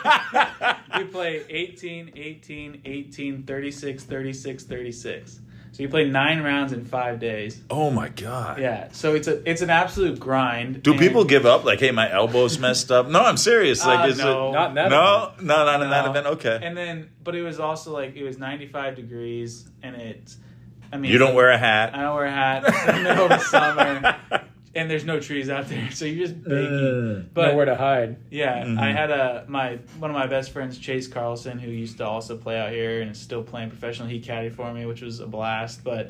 Speaker 2: I- you play 18, 18, 18, 36, 36, 36. So you play nine rounds in five days.
Speaker 1: *laughs* oh my god.
Speaker 2: Yeah, so it's a it's an absolute grind.
Speaker 1: Do
Speaker 2: and-
Speaker 1: people give up? Like, hey, my elbow's messed up. No, I'm serious. Like,
Speaker 2: Uh,
Speaker 1: is
Speaker 2: no.
Speaker 1: it?
Speaker 3: Not in that
Speaker 1: no, no, not in that
Speaker 2: No.
Speaker 1: event. Okay.
Speaker 2: And then, but it was also like it was ninety five degrees, and it's. I mean,
Speaker 1: you don't wear a
Speaker 2: I
Speaker 1: hat.
Speaker 2: don't wear a hat. It's in the middle of the summer, and there's no trees out there, *laughs* so you're
Speaker 1: Uh,
Speaker 2: just baking. but
Speaker 3: Nowhere to hide.
Speaker 2: Yeah,
Speaker 1: Mhm.
Speaker 2: I had a my one of my best friends, Chase Carlson, who used to also play out here and is still playing professional. He caddied for me, which was a blast. But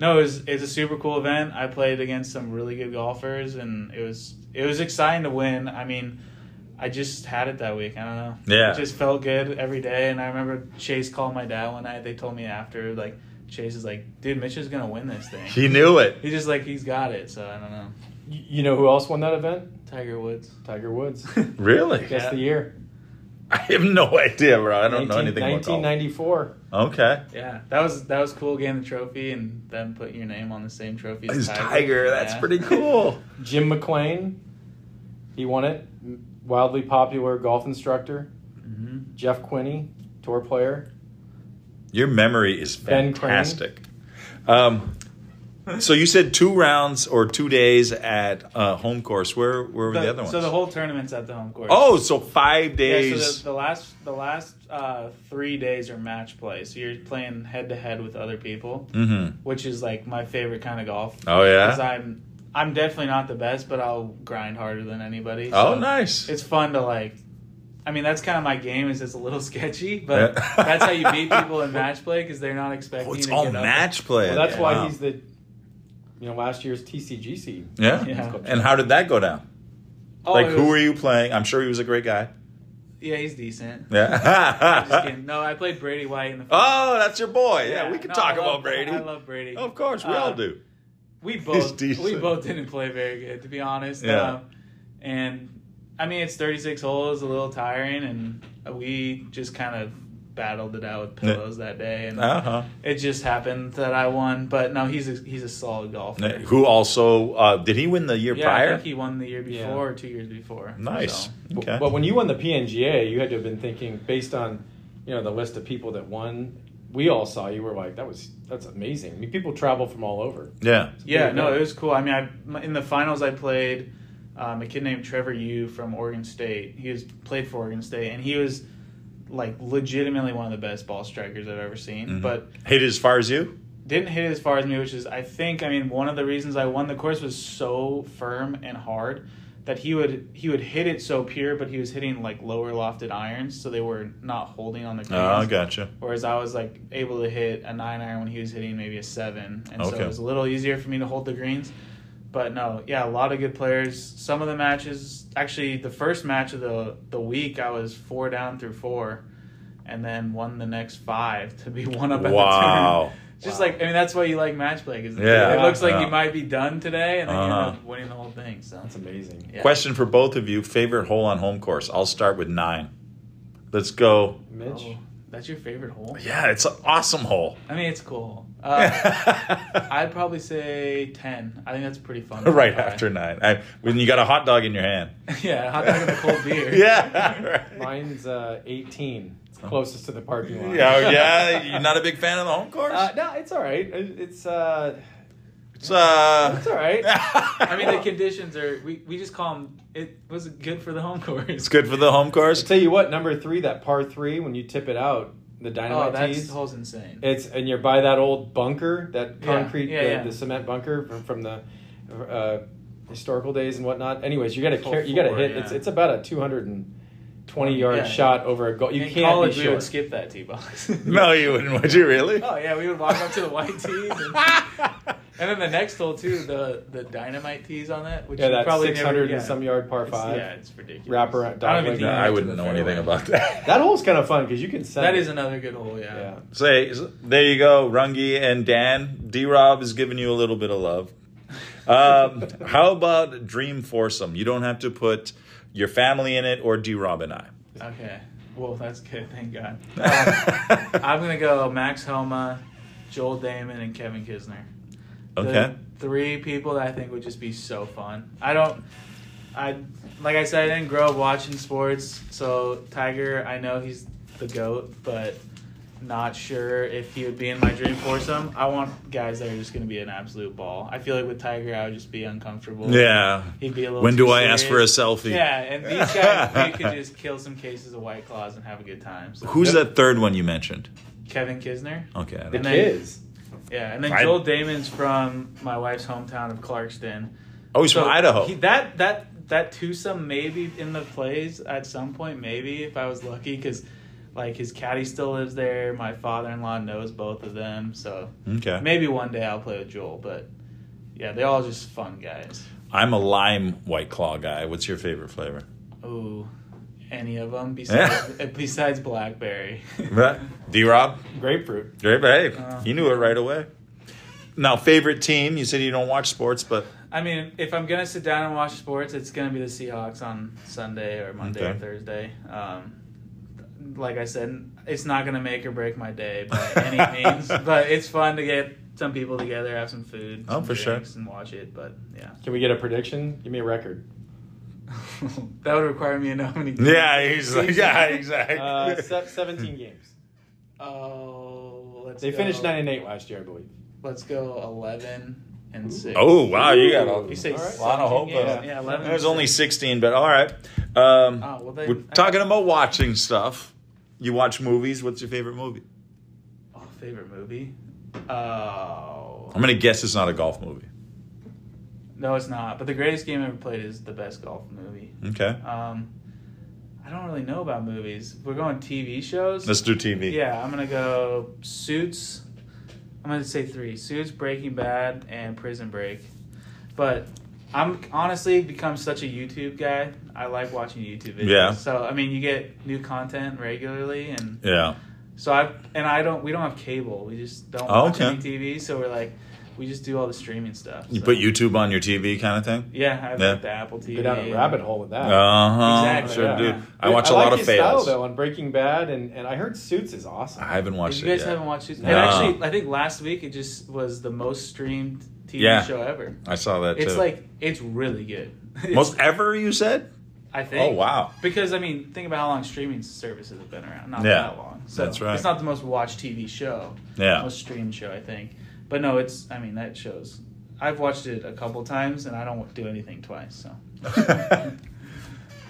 Speaker 2: no, it was, it's a super cool event. I played against some really good golfers, and it was it was exciting to win. I mean, I just had it that week. I don't know.
Speaker 1: Yeah.
Speaker 2: it just felt good every day. And I remember Chase called my dad one night. They told me after like Chase is like, dude, Mitch is gonna win this
Speaker 1: *laughs*
Speaker 2: thing.
Speaker 1: He knew it.
Speaker 2: He's just like he's got it. So I don't know.
Speaker 3: You you know who else won that event?
Speaker 2: Tiger Woods.
Speaker 3: Tiger Woods.
Speaker 1: Really?
Speaker 2: *laughs*
Speaker 3: Guess
Speaker 2: Yeah.
Speaker 3: the year.
Speaker 1: I have no idea, bro. I don't know
Speaker 3: 19-
Speaker 1: anything about golf.
Speaker 3: 1994.
Speaker 1: Okay.
Speaker 2: Yeah, that was that was cool getting the trophy and then putting your name on the same trophy as
Speaker 1: He's
Speaker 2: Tiger.
Speaker 1: Tiger. That's
Speaker 2: Yeah.
Speaker 1: pretty
Speaker 2: *laughs*
Speaker 1: cool.
Speaker 3: Jim McLean. He won it. Wildly popular golf instructor.
Speaker 2: Mhm.
Speaker 3: Jeff Quinney, tour player.
Speaker 1: Your memory is
Speaker 3: Ben Crane.
Speaker 1: fantastic. Um, so you said two rounds or two days at uh, home course. Where where were the,
Speaker 2: The-
Speaker 1: other ones?
Speaker 2: So the whole tournament's at the home course.
Speaker 1: oh, so five days.
Speaker 2: Yeah, so the, the last the last uh, three days are match play. So you're playing head to head with other people,
Speaker 1: Mm-hmm.
Speaker 2: which is like my favorite kind of golf.
Speaker 1: Oh
Speaker 2: Because
Speaker 1: yeah.
Speaker 2: I'm I'm definitely not the best, but I'll grind harder than anybody.
Speaker 1: Oh,
Speaker 2: so
Speaker 1: nice.
Speaker 2: It's fun to like. I mean, that's kind of my game. Is it's a little *laughs* sketchy, but
Speaker 1: Yeah.
Speaker 2: that's how
Speaker 1: *laughs*
Speaker 2: you beat people in match play because they're not expecting.
Speaker 1: oh,
Speaker 2: you
Speaker 1: it's
Speaker 2: to
Speaker 1: all
Speaker 2: get up.
Speaker 1: match play.
Speaker 3: Well, that's why
Speaker 1: Wow.
Speaker 3: he's the, you know, last year's TCGC.
Speaker 1: Yeah?
Speaker 2: Yeah.
Speaker 1: And how did that go down?
Speaker 2: Oh,
Speaker 1: like,
Speaker 2: it
Speaker 1: who
Speaker 2: was-
Speaker 1: were you playing? I'm sure he was a great
Speaker 2: *laughs*
Speaker 1: guy.
Speaker 2: Yeah, he's
Speaker 1: *laughs*
Speaker 2: decent. I'm just
Speaker 1: Yeah.
Speaker 2: kidding. No, I played Brady White in the.
Speaker 1: *laughs* oh, that's your boy. Yeah, we can
Speaker 2: no,
Speaker 1: talk
Speaker 2: I love-
Speaker 1: about Brady.
Speaker 2: I love Brady.
Speaker 1: Of course, we
Speaker 2: Uh,
Speaker 1: all do.
Speaker 2: We both
Speaker 1: decent.
Speaker 2: we both didn't play very good, to be honest.
Speaker 1: Yeah.
Speaker 2: Um, and I mean, it's 36 holes, a little tiring, and we just kind of battled it out with
Speaker 1: Yeah.
Speaker 2: pillows that day, and
Speaker 1: Uh huh.
Speaker 2: it just happened that I won. But no, he's a, he's a solid golfer.
Speaker 1: Who also uh, did he win the year
Speaker 2: yeah, I
Speaker 1: prior?
Speaker 2: think he won the year
Speaker 3: Yeah.
Speaker 2: before or two years before.
Speaker 1: nice.
Speaker 2: So,
Speaker 1: Okay.
Speaker 3: But when you won the PNGA, you had to have been thinking based on, you know, the list of people that won. We all saw you were like, that was that's amazing. I mean, people travel from all over.
Speaker 1: yeah.
Speaker 2: Yeah,
Speaker 3: Pretty
Speaker 2: no,
Speaker 3: cool.
Speaker 2: it was cool. I mean, I, in the finals, I played um, a kid named Trevor Yu from Oregon State. He was played for Oregon State, and he was like legitimately one of the best ball strikers I've ever seen.
Speaker 1: Mhm.
Speaker 2: But
Speaker 1: Hit as far as you.
Speaker 2: didn't hit as far as me, which is I think I mean one of the reasons I won the course was so firm and hard that he would he would hit it so pure, but he was hitting like lower lofted irons, so they were not holding on the greens.
Speaker 1: Oh, gotcha.
Speaker 2: Whereas I was like able to hit a nine iron when he was hitting maybe a seven, and so
Speaker 1: Okay.
Speaker 2: it was a little easier for me to hold the greens. But no, yeah, a lot of good players. Some of the matches, actually, the first match of the the week, I was four down through four, and then won the next five to be one up at the turn.
Speaker 1: Wow.
Speaker 2: *laughs* Just
Speaker 3: Wow.
Speaker 2: like I mean, that's why you like match play because
Speaker 1: Yeah.
Speaker 2: it looks like
Speaker 1: Yeah.
Speaker 2: you might be done today, and then you
Speaker 1: Uh-huh.
Speaker 2: end up winning the whole thing. So
Speaker 3: That's amazing.
Speaker 2: yeah.
Speaker 1: Question for both of you: favorite hole on home course. I'll start with nine. Let's go.
Speaker 3: Mitch,
Speaker 2: Oh, That's your favorite hole?
Speaker 1: Yeah, it's an awesome hole.
Speaker 2: I mean,
Speaker 1: *laughs*
Speaker 2: it's cool. Uh, *laughs* I'd probably say 10. I think that's pretty
Speaker 1: *laughs*
Speaker 2: fun.
Speaker 1: right
Speaker 2: All
Speaker 1: after nine, I, when you got a hot dog in your hand.
Speaker 2: *laughs* Yeah, hot dog and
Speaker 1: *laughs*
Speaker 2: a cold beer.
Speaker 1: yeah. right.
Speaker 3: Mine's uh, 18. It's closest to the parking lot.
Speaker 1: Yeah, oh,
Speaker 3: *laughs*
Speaker 1: yeah. You're not a big fan of the home course.
Speaker 3: Uh, no, it's all right. It- It's uh,
Speaker 1: it's uh.
Speaker 3: it's all right.
Speaker 2: I mean, the conditions are, we, we just call them, it was good for the home course.
Speaker 1: *laughs* *laughs* it's good for the home
Speaker 3: I
Speaker 1: course.
Speaker 3: tell you what, number three, that par three, when you tip it out, the
Speaker 2: Oh,
Speaker 3: dynamite
Speaker 2: that
Speaker 3: tees.
Speaker 2: hole's insane.
Speaker 3: It's and you're by that old bunker, that
Speaker 2: Yeah,
Speaker 3: concrete,
Speaker 2: yeah,
Speaker 3: the,
Speaker 2: yeah.
Speaker 3: the cement bunker from, from the uh, historical days and whatnot. Anyways, you got to
Speaker 2: Full
Speaker 3: car- you got to
Speaker 2: four,
Speaker 3: hit.
Speaker 2: yeah.
Speaker 3: It's it's about a 220 yard
Speaker 2: Yeah.
Speaker 3: shot over a goal. You
Speaker 2: In
Speaker 3: can't
Speaker 2: college,
Speaker 3: be
Speaker 2: we
Speaker 3: sure.
Speaker 2: would skip that tee box.
Speaker 1: *laughs* No, you wouldn't, would you? Really?
Speaker 2: *laughs* Oh yeah, we would walk up to the white tees, and,
Speaker 1: *laughs*
Speaker 2: and then the next hole too, the the dynamite tees on that, which
Speaker 3: yeah,
Speaker 2: you
Speaker 3: that
Speaker 2: probably
Speaker 3: 600
Speaker 2: never,
Speaker 3: and
Speaker 2: yeah.
Speaker 3: some yard par
Speaker 2: It's-
Speaker 3: five.
Speaker 2: Yeah, it's ridiculous.
Speaker 3: Wrapper at
Speaker 2: I
Speaker 3: dog
Speaker 2: don't even think
Speaker 3: leg.
Speaker 1: No,
Speaker 2: you
Speaker 1: Oh I
Speaker 2: get to
Speaker 1: wouldn't
Speaker 2: the
Speaker 1: know anything
Speaker 2: fairway.
Speaker 1: about that. *laughs*
Speaker 3: That hole's kind of fun because you can send.
Speaker 2: That
Speaker 3: it.
Speaker 2: is another good hole. Yeah.
Speaker 3: yeah.
Speaker 1: Say, there you go, Rungi and Dan. D Rob is giving you a little bit of love. *laughs* Um, how about dream foursome? You don't have to put your family in it or D Rob and I.
Speaker 2: Okay. Well, that's good.
Speaker 1: *laughs*
Speaker 2: Thank God. Um, I'm gonna go Max Homa, Joel Damon, and Kevin Kisner. The
Speaker 1: okay.
Speaker 2: three people that I think would just be so fun. I don't. I like I said, I didn't grow up watching sports, so Tiger. I know he's the goat, but not sure if he would be in my dream foursome. I want guys that are just gonna be an absolute ball. I feel like with Tiger, I would just be uncomfortable.
Speaker 1: Yeah.
Speaker 2: He'd be a little.
Speaker 1: When
Speaker 2: too
Speaker 1: do I ask for a
Speaker 2: serious.
Speaker 1: selfie?
Speaker 2: Yeah, and these
Speaker 1: *laughs*
Speaker 2: guys, we could just kill some cases of White Claws and have a good time. So
Speaker 1: Who's Oh. that third one you mentioned?
Speaker 2: Kevin Kisner.
Speaker 1: Okay. I
Speaker 3: The
Speaker 1: don't-
Speaker 2: And then-
Speaker 3: kids.
Speaker 2: Yeah, and then
Speaker 1: I-
Speaker 2: Joel Damon's from my wife's hometown of Clarkston.
Speaker 1: Oh, he's
Speaker 2: So
Speaker 1: from Idaho.
Speaker 2: he- that that that twosome maybe in the plays at some point, maybe if I was lucky, because like his caddy still lives there. My father-in-law knows both of them, so
Speaker 1: okay.
Speaker 2: maybe one day I'll play with Joel. But yeah, they're all just fun guys.
Speaker 1: I'm a lime white claw guy. What's your favorite flavor?
Speaker 2: Ooh, any of them besides *laughs* besides
Speaker 1: *laughs*
Speaker 2: blackberry. *laughs*
Speaker 1: D Rob?
Speaker 3: Grapefruit.
Speaker 1: Great, hey,
Speaker 2: Uh.
Speaker 1: you knew it right away. Now, favorite team? You said you don't watch sports, but
Speaker 2: I mean, if I'm gonna sit down and watch sports, it's gonna be the Seahawks on Sunday or Monday or
Speaker 1: Okay.
Speaker 2: Thursday. Um, like I said, it's not gonna make or break my day
Speaker 1: *laughs*
Speaker 2: by any means, but it's fun to get some people together, have some food,
Speaker 1: Oh,
Speaker 2: some
Speaker 1: for sure.
Speaker 2: drinks, and watch it. But yeah, *laughs*
Speaker 3: Can we get a prediction? Give me a
Speaker 1: *laughs*
Speaker 3: record.
Speaker 2: that would require me to know how many.
Speaker 1: yeah, *laughs* he's like,
Speaker 2: Season.
Speaker 1: yeah, exactly.
Speaker 3: Uh, se- 17 games.
Speaker 2: *laughs* Oh, let's.
Speaker 3: They
Speaker 2: go-
Speaker 3: finished 9 and 8 last year, I believe.
Speaker 2: Let's go eleven and six.
Speaker 1: oh wow, you got all.
Speaker 2: You say
Speaker 3: All right.
Speaker 2: right.
Speaker 1: Lot of hope,
Speaker 2: Yeah,
Speaker 1: uh,
Speaker 2: eleven.
Speaker 1: There's
Speaker 2: and
Speaker 1: only
Speaker 2: six.
Speaker 1: 16, but all right. Um,
Speaker 2: Oh, well, they-
Speaker 1: we're talking about watching stuff. You watch movies. What's your favorite movie?
Speaker 2: Oh, favorite movie. Oh.
Speaker 1: I'm gonna guess it's not a golf movie.
Speaker 2: No, it's not. But the greatest game ever played is the best golf movie.
Speaker 1: Okay,
Speaker 2: Um, I don't really know about movies. We're going TV shows.
Speaker 1: let's do TV.
Speaker 2: yeah, I'm gonna go Suits. I'm gonna say three: Suits, Breaking Bad, and Prison Break. But I'm honestly become such a YouTube guy. I like watching YouTube videos.
Speaker 1: Yeah.
Speaker 2: So I mean, you get new content regularly, and
Speaker 1: yeah.
Speaker 2: so I and I don't. We don't have cable. We just don't
Speaker 1: Oh,
Speaker 2: watch
Speaker 1: okay.
Speaker 2: any TV. So we're like, we just do all the streaming stuff.
Speaker 1: You
Speaker 2: so.
Speaker 1: put YouTube on your TV kind of thing.
Speaker 2: Yeah, I have
Speaker 1: Yeah.
Speaker 2: like the Apple TV.
Speaker 3: Go down a rabbit hole with that.
Speaker 1: Uh huh.
Speaker 2: Exactly,
Speaker 1: Sure
Speaker 3: yeah.
Speaker 1: do. I
Speaker 3: Dude,
Speaker 1: watch a
Speaker 3: like
Speaker 1: lot of
Speaker 3: his
Speaker 1: fails.
Speaker 3: Style, though on Breaking Bad, and, and I heard Suits is awesome.
Speaker 1: I haven't
Speaker 2: If
Speaker 1: watched
Speaker 2: you guys
Speaker 1: it yet.
Speaker 2: haven't watched it,
Speaker 3: No.
Speaker 2: and actually, I think last week it just was the most streamed TV
Speaker 1: Yeah.
Speaker 2: show ever.
Speaker 1: I saw that
Speaker 2: It's
Speaker 1: too.
Speaker 2: like it's really good. *laughs* It's-
Speaker 1: most ever you said.
Speaker 2: I think.
Speaker 1: Oh, wow.
Speaker 2: Because I mean, think about how long streaming services have been around. Not
Speaker 1: Yeah.
Speaker 2: that long. So
Speaker 1: That's right.
Speaker 2: It's not the most watched TV show.
Speaker 1: Yeah.
Speaker 2: Most streamed show, I think. But no, it's. I mean, that shows. I've watched it a couple times, and I don't do anything twice.
Speaker 1: *laughs*
Speaker 2: So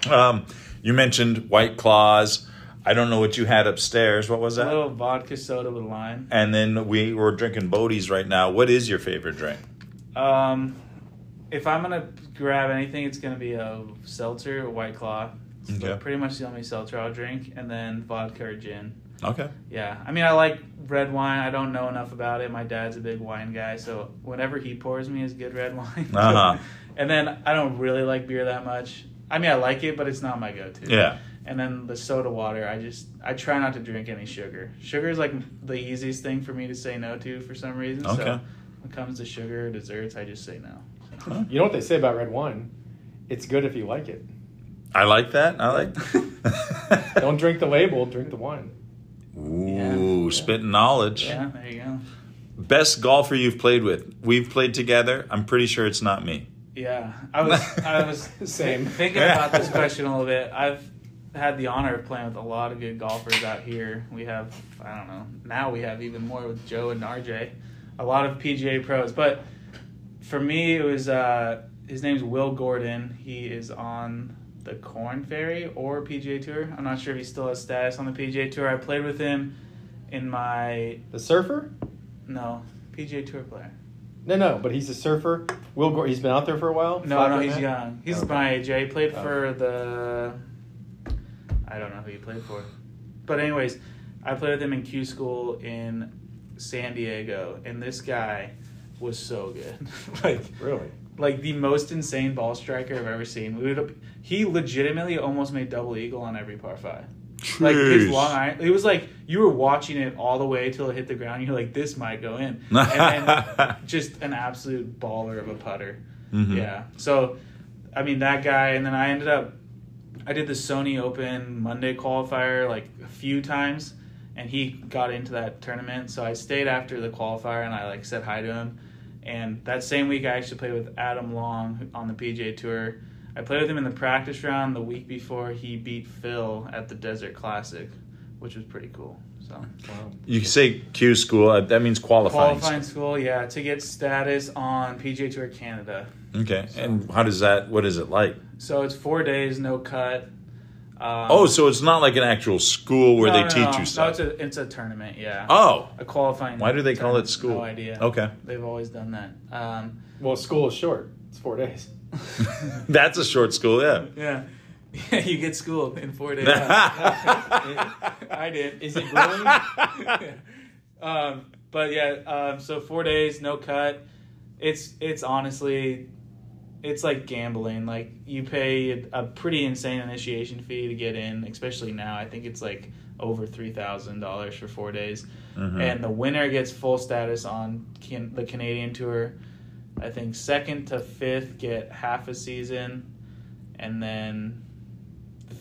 Speaker 1: um, you mentioned White Claws. I don't know what you had upstairs. What was
Speaker 2: a
Speaker 1: that?
Speaker 2: little vodka soda with lime.
Speaker 1: And then we were drinking Bodie's right now. What is your favorite drink?
Speaker 2: Um, if I'm gonna grab anything, it's gonna be a seltzer, a white claw. It's
Speaker 1: Okay.
Speaker 2: Pretty much the only seltzer I'll drink, and then vodka or gin.
Speaker 1: Okay.
Speaker 2: Yeah, I mean, I like red wine. I don't know enough about it. My dad's a big wine guy, so whatever he pours me is good red *laughs* wine.
Speaker 1: Uh-huh.
Speaker 2: and then I don't really like beer that much. I mean, I like it, but it's not my go-to.
Speaker 1: Yeah.
Speaker 2: And then the soda water, I just I try not to drink any sugar. Sugar is like the easiest thing for me to say no to for some reason.
Speaker 1: Okay.
Speaker 2: So when it comes to sugar desserts, I just say no.
Speaker 1: Huh.
Speaker 3: You know what they say about red wine? It's good if you like it.
Speaker 2: *laughs*
Speaker 1: I like that. I like.
Speaker 3: Don't drink the label, drink the wine.
Speaker 1: Ooh,
Speaker 2: Yeah.
Speaker 1: spitting knowledge.
Speaker 2: Yeah, there you go.
Speaker 1: Best golfer you've played with? We've played together. I'm pretty sure it's not me.
Speaker 2: Yeah, I was I was
Speaker 3: Same.
Speaker 2: thi- thinking about this question a little bit. I've had the honor of playing with a lot of good golfers out here. We have I don't know now we have even more with Joe and RJ, a lot of PGA pros. But for me, it was uh, his name's Will Gordon. He is on the Corn Ferry or PGA Tour. I'm not sure if he still has status on the PGA Tour. I played with him in my
Speaker 3: The surfer?
Speaker 2: no PGA Tour player.
Speaker 3: No, no, but he's a surfer. Will Gore, he's been out there for a while.
Speaker 2: No,
Speaker 3: Flat
Speaker 2: no,
Speaker 3: on
Speaker 2: he's
Speaker 3: that?
Speaker 2: young. He's
Speaker 3: Okay.
Speaker 2: my age. Yeah, He played
Speaker 3: Oh.
Speaker 2: for the. I don't know who he played for, but anyways, I played with him in Q school in San Diego, and this guy was so good, *laughs* like
Speaker 3: Really?
Speaker 2: like the most insane ball striker I've ever seen. We would, he legitimately almost made double eagle on every par five. Like his
Speaker 1: Jeez.
Speaker 2: long iron, it was like you were watching it all the way till it hit the ground. You're like, this might go in, and then just an absolute baller of a putter.
Speaker 1: Mhm.
Speaker 2: Yeah. So, I mean, that guy, and then I ended up, I did the Sony Open Monday qualifier like a few times, and he got into that tournament. So I stayed after the qualifier and I like said hi to him. And that same week, I actually played with Adam Long who- on the PJ Tour. I played with him in the practice round the week before he beat Phil at the Desert Classic, which was pretty cool. So
Speaker 3: Wow.
Speaker 1: You say Q school. uh, That means qualifying.
Speaker 2: qualifying school, yeah, to get status on PJ Tour Canada.
Speaker 1: Okay. And how does that? What is it like?
Speaker 2: So it's four days, no cut. Um,
Speaker 1: Oh, so it's not like an actual school where
Speaker 2: no,
Speaker 1: they
Speaker 2: no,
Speaker 1: teach
Speaker 2: no.
Speaker 1: you
Speaker 2: No, it's
Speaker 1: stuff.
Speaker 2: a, it's a tournament, yeah.
Speaker 1: oh,
Speaker 2: A qualifying.
Speaker 1: why do they call it
Speaker 2: tournament,
Speaker 1: school?
Speaker 2: No idea.
Speaker 1: Okay, *laughs*
Speaker 2: They've always done that. Um,
Speaker 3: Well, school is short. It's four days.
Speaker 1: that's a short school. Yeah.
Speaker 2: *laughs* yeah. Yeah, you get schooled in four days. I did.
Speaker 3: Is it grueling?
Speaker 2: *laughs* um, but yeah, um, so four days, no cut. It's it's honestly, it's like gambling. Like you pay a pretty insane initiation fee to get in, especially now. I think it's like over three thousand dollars for four days,
Speaker 1: Mm-hmm.
Speaker 2: and the winner gets full status on can- the Canadian tour. I think second to fifth get half a season, and then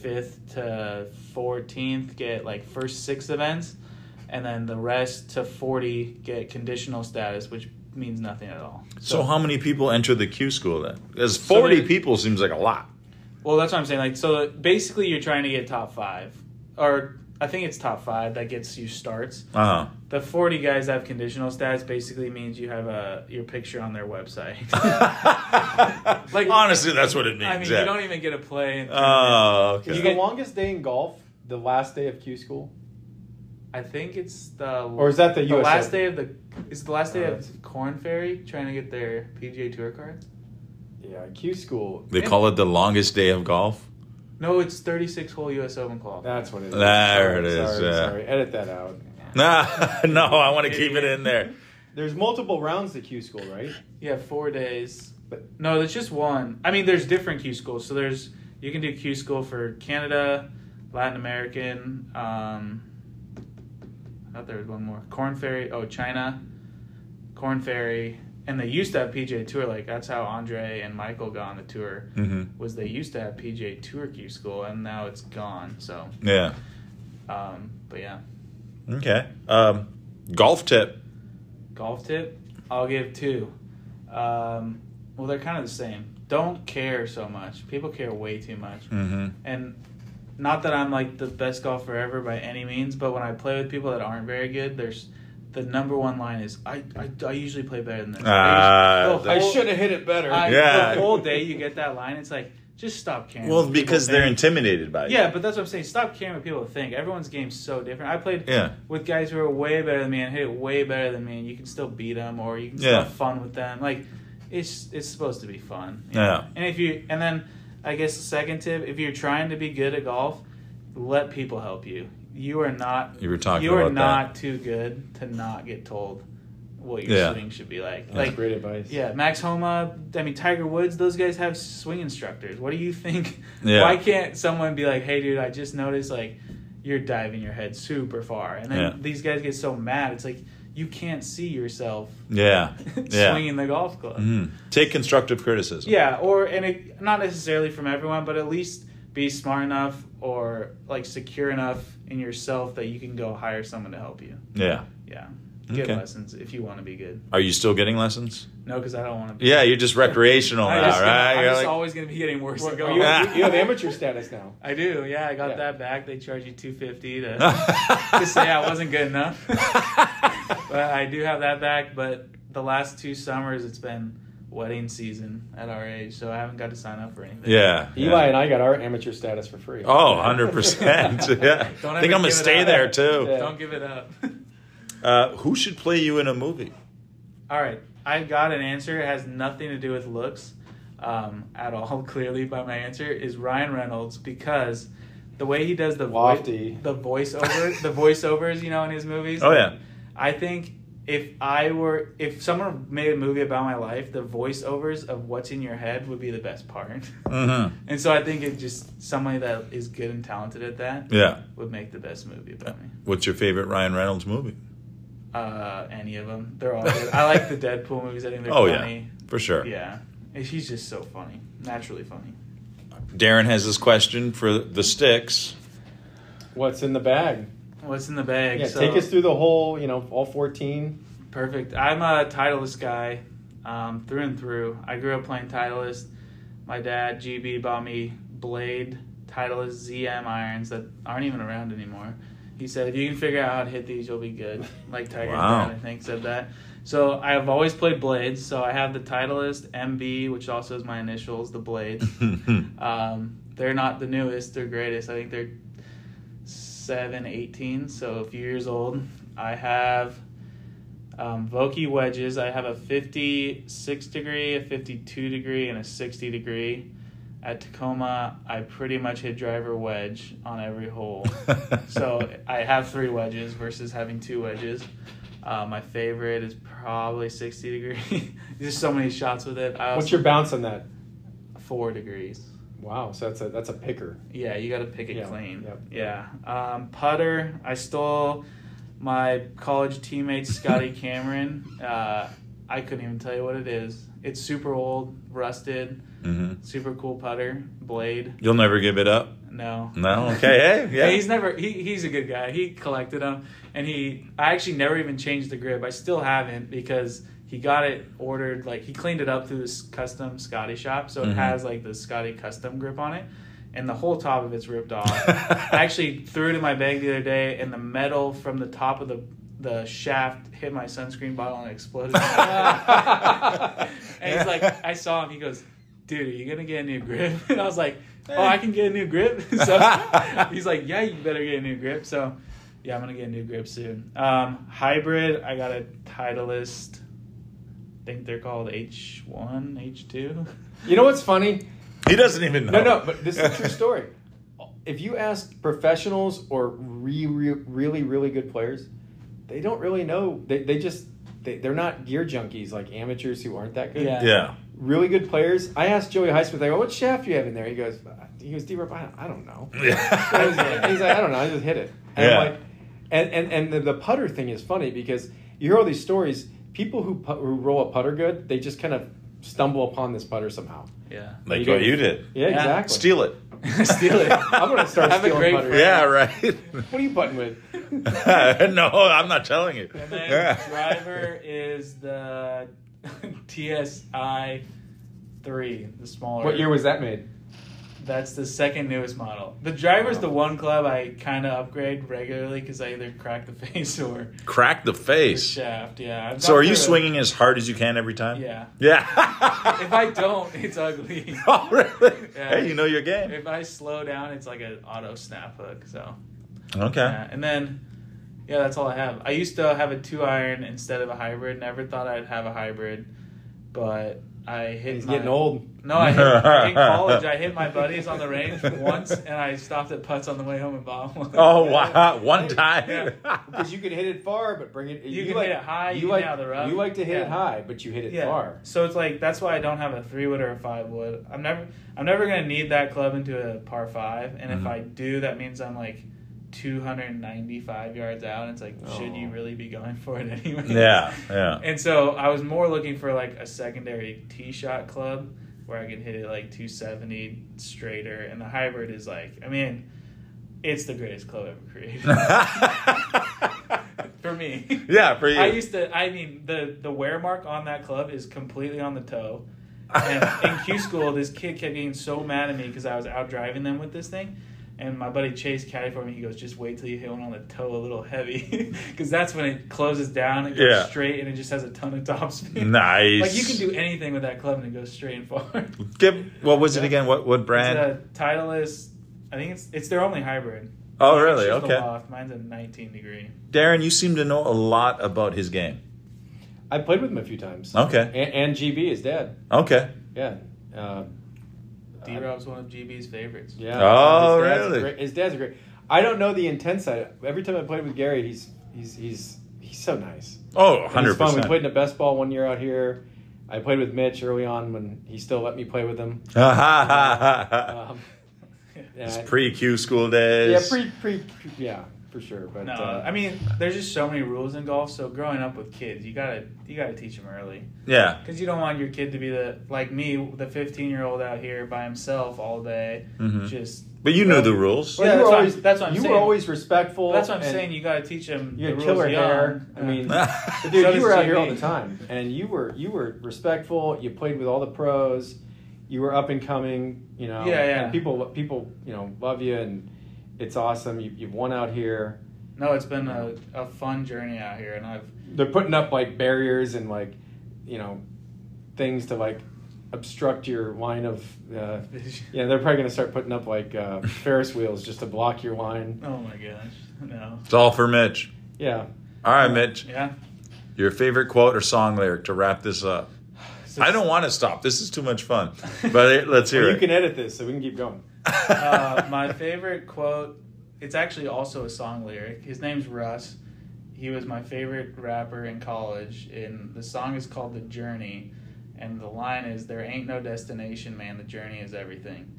Speaker 2: fifth to fourteenth get like first six events, and then the rest to forty get conditional status, which means nothing at all.
Speaker 1: so how many people enter the Q school then? Because forty
Speaker 2: there-
Speaker 1: people seems like a lot.
Speaker 2: Well, that's what I'm saying. Like, so basically, you're trying to get top five, or I think it's top five that gets you starts.
Speaker 1: Uh
Speaker 2: The 40 guys that have conditional stats basically means you have a your picture on their *laughs* website.
Speaker 1: *laughs* huh.
Speaker 2: Like-
Speaker 1: honestly, that's what it means.
Speaker 2: I mean,
Speaker 1: yeah.
Speaker 2: you don't even get a play. In
Speaker 1: Oh, okay.
Speaker 3: Is
Speaker 2: You
Speaker 3: the
Speaker 2: get-
Speaker 3: longest day in golf the last day of Q school?
Speaker 2: I think it's the
Speaker 3: Or is that the US
Speaker 2: last
Speaker 3: Open?
Speaker 2: day of the is the last day
Speaker 3: Uh,
Speaker 2: of Corn Ferry trying to get their PGA Tour card.
Speaker 3: Yeah, Q school.
Speaker 1: They call it the longest day of golf. *laughs*
Speaker 2: No, it's 36 hole U.S. Open qualifier.
Speaker 3: That's what it is.
Speaker 1: There it
Speaker 3: Sorry,
Speaker 1: is,
Speaker 3: Sorry,
Speaker 1: yeah.
Speaker 3: sorry. Edit that out.
Speaker 1: Nah, no, I want to keep it in there.
Speaker 3: There's multiple rounds to Q school, right?
Speaker 2: Yeah, four days.
Speaker 3: But-
Speaker 2: no, there's just one. I mean, there's different Q schools. So there's you can do Q school for Canada, Latin American. Um, I thought there was one more. Corn Ferry. Oh, China. Corn Ferry. And they used to have PJ Tour. Like that's how Andre and Michael got on the tour.
Speaker 1: hmm
Speaker 2: Was they used to have PJ Tour Q school, and now it's gone. So,
Speaker 1: Yeah.
Speaker 2: um, but yeah.
Speaker 1: Okay. Um, golf tip.
Speaker 2: Golf tip, I'll give two. Um, well, they're kind of the same. Don't care so much. People care way too much.
Speaker 1: Mm-hmm.
Speaker 2: And not that I'm like the best golfer ever by any means, but when I play with people that aren't very good, there's the number one line is I, I, I usually play better than this.
Speaker 1: Ah,
Speaker 2: I,
Speaker 1: I
Speaker 2: usually- the whole-
Speaker 3: have hit it better.
Speaker 2: I-
Speaker 1: Yeah.
Speaker 2: The whole day you get that line, it's like, just stop caring.
Speaker 1: Well,
Speaker 2: what people
Speaker 1: because they're
Speaker 2: think.
Speaker 1: intimidated by it.
Speaker 2: Yeah, but that's what I'm saying. Stop caring what people think. Everyone's game's so different. I played
Speaker 1: Yeah.
Speaker 2: with guys who are way better than me and hit it way better than me, and you can still beat them or you can still
Speaker 1: Yeah.
Speaker 2: have fun with them. Like, it's it's supposed to be fun. you
Speaker 1: Yeah.
Speaker 2: know? And if you and then, I guess the second tip: if you're trying to be good at golf, let people help you. You are not.
Speaker 1: You were talking
Speaker 2: You are
Speaker 1: about
Speaker 2: not too good to not get told what your
Speaker 1: Yeah.
Speaker 2: swing should be like.
Speaker 3: That's
Speaker 2: Like
Speaker 3: great advice.
Speaker 2: yeah, Max Homa. I mean, Tiger Woods. Those guys have swing instructors. What do you think?
Speaker 1: *laughs* Yeah.
Speaker 2: Why can't someone be like, "Hey, dude, I just noticed like you're diving your head super far," and then
Speaker 1: Yeah.
Speaker 2: these guys get so mad. It's like you can't see yourself *laughs*
Speaker 1: Yeah. Yeah. Mm-hmm.
Speaker 2: swinging the golf club.
Speaker 1: Mhm. Take constructive criticism.
Speaker 2: Yeah, or and it, not necessarily from everyone, but at least be smart enough or like secure enough in yourself that you can go hire someone to help you.
Speaker 1: Yeah.
Speaker 2: Yeah. Get
Speaker 1: Okay.
Speaker 2: lessons if you want to be good.
Speaker 1: Are you still getting lessons?
Speaker 2: No, because I don't want to be.
Speaker 1: Yeah, you're just recreational
Speaker 2: I
Speaker 1: now,
Speaker 2: just,
Speaker 1: right?
Speaker 2: I'm
Speaker 1: You're
Speaker 2: just
Speaker 1: like-
Speaker 2: always going to be getting worse.
Speaker 3: Well,
Speaker 2: and go
Speaker 3: Oh, you, you
Speaker 2: home.
Speaker 3: you have amateur status now.
Speaker 2: *laughs* I do. Yeah, I got
Speaker 3: Yeah.
Speaker 2: that back. They charge you two fifty
Speaker 1: *laughs*
Speaker 2: to *laughs* to say I wasn't good enough. *laughs* but I do have that back. But the last two summers, it's been wedding season at our age, so I haven't got to sign up for anything.
Speaker 1: yeah.
Speaker 3: Eli
Speaker 1: yeah.
Speaker 3: and I got our amateur status for free.
Speaker 1: Oh,
Speaker 3: *laughs*
Speaker 1: 100%. yeah. I
Speaker 2: Don't ever
Speaker 1: think I'm going
Speaker 2: give
Speaker 1: to
Speaker 2: it
Speaker 1: stay
Speaker 2: up.
Speaker 1: there, too.
Speaker 3: Yeah.
Speaker 2: Don't give it up. *laughs*
Speaker 1: Uh, who should play you in a movie?
Speaker 2: all right, I got an answer. It has nothing to do with looks um, at all. *laughs* Clearly, by my answer is Ryan Reynolds because. The way he does the voice,
Speaker 3: Lofty.
Speaker 2: the voiceover, the voiceovers, you know, in his movies.
Speaker 1: Oh, yeah.
Speaker 2: I think if I were if someone made a movie about my life, the voiceovers of what's in your head would be the best part. *laughs*
Speaker 1: hmm
Speaker 2: and so I think it just somebody that is good and talented at that
Speaker 1: Yeah.
Speaker 2: would make the best movie about me.
Speaker 1: What's your favorite Ryan Reynolds movie?
Speaker 2: Uh, any of them, they're all good. I like the Deadpool movies. I think they're
Speaker 1: Oh,
Speaker 2: funny.
Speaker 1: yeah. For sure.
Speaker 2: yeah. And He's just so funny, naturally funny.
Speaker 1: Darren has this question for the Sticks.
Speaker 3: What's in the bag?
Speaker 2: What's in the bag?
Speaker 3: Yeah,
Speaker 2: So-
Speaker 3: take us through the whole, you know, all 14.
Speaker 2: Perfect. I'm a Titleist guy um, through and through. I grew up playing Titleist. My dad, GB, bought me Blade Titleist ZM irons that aren't even around anymore. He said, if you can figure out how to hit these, you'll be
Speaker 3: *laughs*
Speaker 2: good. Like Tiger
Speaker 1: Wow.
Speaker 2: Dad, I think, said that. So I've always played Blades. So I have the Titleist MB, which also is my initials, the Blades.
Speaker 1: *laughs*
Speaker 2: Um, they're not the newest, they're greatest. I think they're 7, 18, so a few years old. I have um, Vokey wedges. I have a 56 degree, a 52 degree, and a 60 degree. At Tacoma, I pretty much hit driver wedge on every hole.
Speaker 1: *laughs*
Speaker 2: so I have three wedges versus having two wedges. Uh, my favorite is probably 60 degree. *laughs* There's so many shots with it. I
Speaker 3: What's
Speaker 2: also-
Speaker 3: your bounce on that?
Speaker 2: four degrees?
Speaker 3: Wow, so that's a that's a picker.
Speaker 2: Yeah, you got to pick it
Speaker 3: Yeah,
Speaker 2: clean.
Speaker 3: yep.
Speaker 2: Yeah. Um, putter, I stole my college teammate
Speaker 3: *laughs*
Speaker 2: Scotty Cameron. Uh, I couldn't even tell you what it is. It's super old, rusted,
Speaker 1: hmm
Speaker 2: super cool putter, blade.
Speaker 1: *laughs* You'll never give it up.
Speaker 2: No.
Speaker 1: No.
Speaker 2: *laughs*
Speaker 1: Okay. Hey. Yeah.
Speaker 2: Yeah, he's never he, he's a good guy. He collected them and he I actually never even changed the grip. I still haven't because he got it ordered like he cleaned it up through this custom Scotty shop, so
Speaker 1: Mhm.
Speaker 2: it has like the Scotty custom grip on it and the whole top of it's ripped
Speaker 1: *laughs*
Speaker 2: off. I actually threw it in my bag the other day and the metal from the top of the the shaft hit my sunscreen bottle and
Speaker 1: *laughs*
Speaker 2: it exploded. *laughs* And he's like, I saw him. He goes, dude, are you gonna get a new grip? *laughs* And I was like, oh, I can get a new grip. *laughs* so he's like, yeah, you better get a new grip. So yeah, I'm gonna get a new grip soon. Um, hybrid, I got a Titleist. I think they're called H1, H2.
Speaker 3: You know what's funny?
Speaker 1: he doesn't even know.
Speaker 3: No, no, but this is a true story. If you ask professionals or re, re, really, really good players, they don't really know. They, they just, they, they're not gear junkies like amateurs who aren't that good.
Speaker 2: Yeah.
Speaker 1: Yeah.
Speaker 3: Really good players. I asked Joey Highsmith, I go, what shaft do you have in there? He goes, "Uh," he goes, D-Rip, I, I don't know.
Speaker 1: Yeah.
Speaker 3: *laughs* he's like, I don't know, I just hit it. And
Speaker 1: Yeah.
Speaker 3: I'm like, and, and, and the, the putter thing is funny because you hear all these stories. People who, put, who roll a putter good, they just kind of stumble upon this putter somehow.
Speaker 2: *laughs* Yeah.
Speaker 1: *laughs* Like
Speaker 3: You
Speaker 1: what
Speaker 3: did.
Speaker 1: you did.
Speaker 3: Yeah,
Speaker 2: Yeah.
Speaker 3: exactly.
Speaker 1: Steal
Speaker 3: *laughs*
Speaker 1: it.
Speaker 2: Steal it.
Speaker 3: I'm gonna start
Speaker 2: Have a
Speaker 3: stealing
Speaker 2: great
Speaker 3: butter.
Speaker 2: friend.
Speaker 1: Yeah. Right.
Speaker 3: What are you butting with?
Speaker 1: *laughs* no, I'm not telling you.
Speaker 2: And then
Speaker 1: Yeah.
Speaker 2: driver is the *laughs* TSI three, the smaller.
Speaker 3: what year was
Speaker 2: *laughs*
Speaker 3: that made?
Speaker 2: That's the second newest model. The driver's the one club I kind of upgrade regularly because I either crack the *laughs* face or
Speaker 1: Crack the
Speaker 2: the
Speaker 1: face.
Speaker 2: shaft. Yeah. I've
Speaker 1: So are
Speaker 2: gone
Speaker 1: you
Speaker 2: through it.
Speaker 1: swinging as hard as you can every time?
Speaker 2: Yeah.
Speaker 1: Yeah.
Speaker 2: If I don't, it's ugly.
Speaker 1: *laughs* Oh really?
Speaker 2: Yeah.
Speaker 1: Hey, you know your game.
Speaker 2: if I slow down, it's like an auto snap hook. So.
Speaker 1: Okay.
Speaker 2: Yeah. And then, yeah, that's all I have. I used to have a two iron instead of a hybrid. Never thought I'd have a hybrid, but I hit.
Speaker 3: He's
Speaker 2: my-
Speaker 3: getting old.
Speaker 2: No, I hit,
Speaker 1: *laughs*
Speaker 2: I- in college I hit my buddies on the range once, and I stopped at putts on the way home and bombed one.
Speaker 1: Oh wow! *laughs* One time.
Speaker 2: Yeah.
Speaker 1: *laughs*
Speaker 3: Because you can hit it far, but bring it.
Speaker 2: You can hit it high, you can
Speaker 3: like
Speaker 2: hit it out of the rough.
Speaker 3: you like to hit it
Speaker 2: Yeah.
Speaker 3: high, but you hit it far.
Speaker 2: So it's like that's why I don't have a three wood or a five wood. I'm never I'm never gonna need that club into a par five, and
Speaker 3: Mm-hmm.
Speaker 1: Mhm.
Speaker 2: if I do, that means I'm like 295 yards out. And it's like, should you
Speaker 3: Oh.
Speaker 2: really be going for it *laughs* anyway?
Speaker 1: Yeah. Yeah.
Speaker 2: And so I was more looking for like a secondary tee shot club where I can hit it like 270 straighter, and the hybrid is like, I mean, it's the greatest club ever
Speaker 3: *laughs*
Speaker 2: *laughs* created for me.
Speaker 1: *laughs* yeah, for you.
Speaker 2: I used to. I mean, the the wear mark on that club is completely on the
Speaker 1: *laughs*
Speaker 2: toe. And in Q school, this kid kept getting so mad at me because I was out driving them with this thing. And my buddy Chase caddy for me. He goes, "Just wait till you hit one on the toe a little heavy, *laughs* because that's when it closes down and goes
Speaker 1: Yeah.
Speaker 2: straight, and it just has a ton of
Speaker 1: *laughs*
Speaker 2: topspin.
Speaker 1: nice.
Speaker 2: Like you can do anything with that club, and it goes straight and far. *laughs* It's
Speaker 1: Give, what was it
Speaker 2: Yeah.
Speaker 1: again? What what brand?
Speaker 2: a Titleist. I think it's it's their only hybrid.
Speaker 1: oh,
Speaker 2: It's
Speaker 1: really?
Speaker 2: just a
Speaker 1: Okay.
Speaker 2: loft. Mine's a 19 degree.
Speaker 1: Darren, you seem to know a lot about his game.
Speaker 3: I played with him a few times.
Speaker 1: Okay.
Speaker 3: And, and GB is dead.
Speaker 1: Okay.
Speaker 3: Yeah. Uh,
Speaker 2: D Rob's one of GB's favorites.
Speaker 3: Yeah.
Speaker 1: Oh,
Speaker 3: his dad's a
Speaker 1: really?
Speaker 3: Great, his dad's a great. I don't know the intense side. Every time I played with Gary, he's he's he's he's so nice.
Speaker 1: Oh,
Speaker 3: And it's
Speaker 1: 100
Speaker 3: fun.
Speaker 1: *laughs*
Speaker 3: We played in
Speaker 1: percent.
Speaker 3: a best ball one year out here. I played with Mitch early on when he still let me play
Speaker 1: *laughs*
Speaker 3: with him.
Speaker 2: *laughs* Uh,
Speaker 3: Um, and
Speaker 1: It's
Speaker 3: I-
Speaker 1: pre Q school
Speaker 3: yeah,
Speaker 1: days.
Speaker 3: pre, pre, pre- yeah, for sure. *laughs* But
Speaker 2: No,
Speaker 3: uh,
Speaker 2: I mean, there's just so many rules in golf. So growing up with kids, you gotta you gotta teach them early
Speaker 1: Yeah.
Speaker 2: because you don't want your kid to be the like me, the 15 year old out here by himself all day.
Speaker 1: Mhm.
Speaker 2: Just
Speaker 1: But you knew the
Speaker 2: *laughs*
Speaker 1: rules.
Speaker 3: well,
Speaker 2: Yeah, that's
Speaker 3: you
Speaker 2: what
Speaker 3: were
Speaker 2: I'm-
Speaker 3: always
Speaker 2: that's what I'm
Speaker 3: you
Speaker 2: saying.
Speaker 3: were always respectful.
Speaker 2: but that's what I'm
Speaker 3: and
Speaker 2: saying. You gotta teach them.
Speaker 3: You had
Speaker 2: the
Speaker 3: killer
Speaker 2: rules young.
Speaker 3: hair. I
Speaker 2: Yeah.
Speaker 3: mean, But
Speaker 2: So
Speaker 3: Dude, you
Speaker 2: does
Speaker 3: were out here all
Speaker 2: JB.
Speaker 3: the time, and you were you were respectful. You played with all the pros. You were up and coming. You know,
Speaker 2: Yeah, yeah.
Speaker 3: And people people you know love you, and it's awesome. You, you've won out here.
Speaker 2: *laughs* no, it's been a, a fun journey out here, and I've *laughs*
Speaker 3: They're putting up like barriers and like you know things to like obstruct your line of. Uh, yeah, they're probably gonna start putting up
Speaker 2: *laughs*
Speaker 3: like uh, Ferris wheels just to block your line.
Speaker 2: oh my gosh, no,
Speaker 1: It's all for Mitch.
Speaker 3: Yeah,
Speaker 1: All right, Mitch.
Speaker 2: yeah.
Speaker 1: Your favorite quote or song lyric to wrap this up.
Speaker 2: So-
Speaker 1: I don't want to stop. This is too much fun. But it- let's hear
Speaker 3: Well, you
Speaker 1: it.
Speaker 3: can edit this, so we can keep going.
Speaker 2: uh,
Speaker 1: *laughs*
Speaker 2: my favorite quote it's actually also a song lyric his name's russ he was my favorite rapper in college and the song is called the journey and the line is there ain't no destination man the journey is everything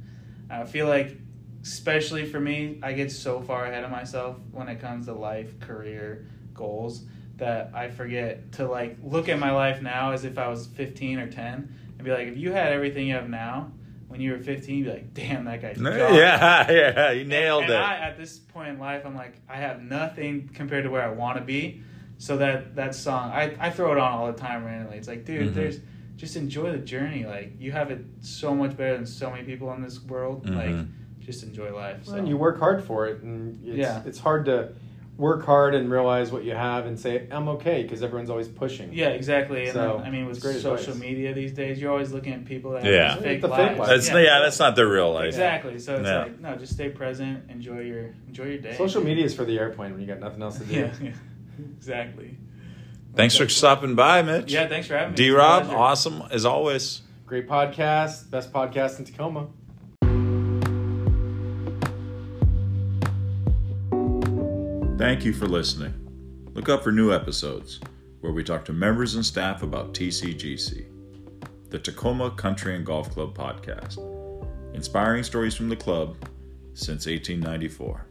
Speaker 2: i feel like especially for me i get so far ahead of myself when it comes to life career goals that i forget to like look at my life now as if i was 15 or 10 and be like if you had everything you have now when you were 15 you'd be like damn that guy's
Speaker 1: Yeah,
Speaker 2: gone."
Speaker 1: yeah, *laughs* you nailed
Speaker 2: and
Speaker 1: it.
Speaker 2: I, at this point in life, I'm like, I have nothing compared to where I want to be. So that that song, I, I throw it on all the time randomly. It's like, dude,
Speaker 1: Mhm.
Speaker 2: there's just enjoy the journey. Like you have it so much better than so many people in this world. Like
Speaker 1: Mhm.
Speaker 2: just enjoy life. So.
Speaker 3: Well, and you work hard for it, and it's,
Speaker 2: Yeah.
Speaker 3: it's hard to work hard and realize what you have and say I'm okay because everyone's always pushing.
Speaker 2: yeah, exactly. And
Speaker 3: So,
Speaker 2: then, I mean, with
Speaker 3: it's great
Speaker 2: social
Speaker 3: advice.
Speaker 2: media these days, you're always looking at people that
Speaker 1: Yeah.
Speaker 2: have these fake
Speaker 3: The fake
Speaker 2: lives.
Speaker 3: life.
Speaker 1: That's yeah. that's not their real life.
Speaker 2: exactly. So it's
Speaker 1: Yeah.
Speaker 2: like, no, just stay present. Enjoy your enjoy your day.
Speaker 3: Social media is for the airplane when you got nothing else to do.
Speaker 2: *laughs* Yeah, yeah. exactly.
Speaker 1: Thanks for stopping by, Mitch.
Speaker 2: Yeah, thanks for having me. It's a
Speaker 1: D Rob,
Speaker 2: pleasure.
Speaker 1: awesome as always.
Speaker 3: Great podcast, best podcast in Tacoma.
Speaker 1: Thank you for listening. Look up for new episodes where we talk to members and staff about TCGC, the Tacoma Country and Golf Club podcast, inspiring stories from the club since 1894.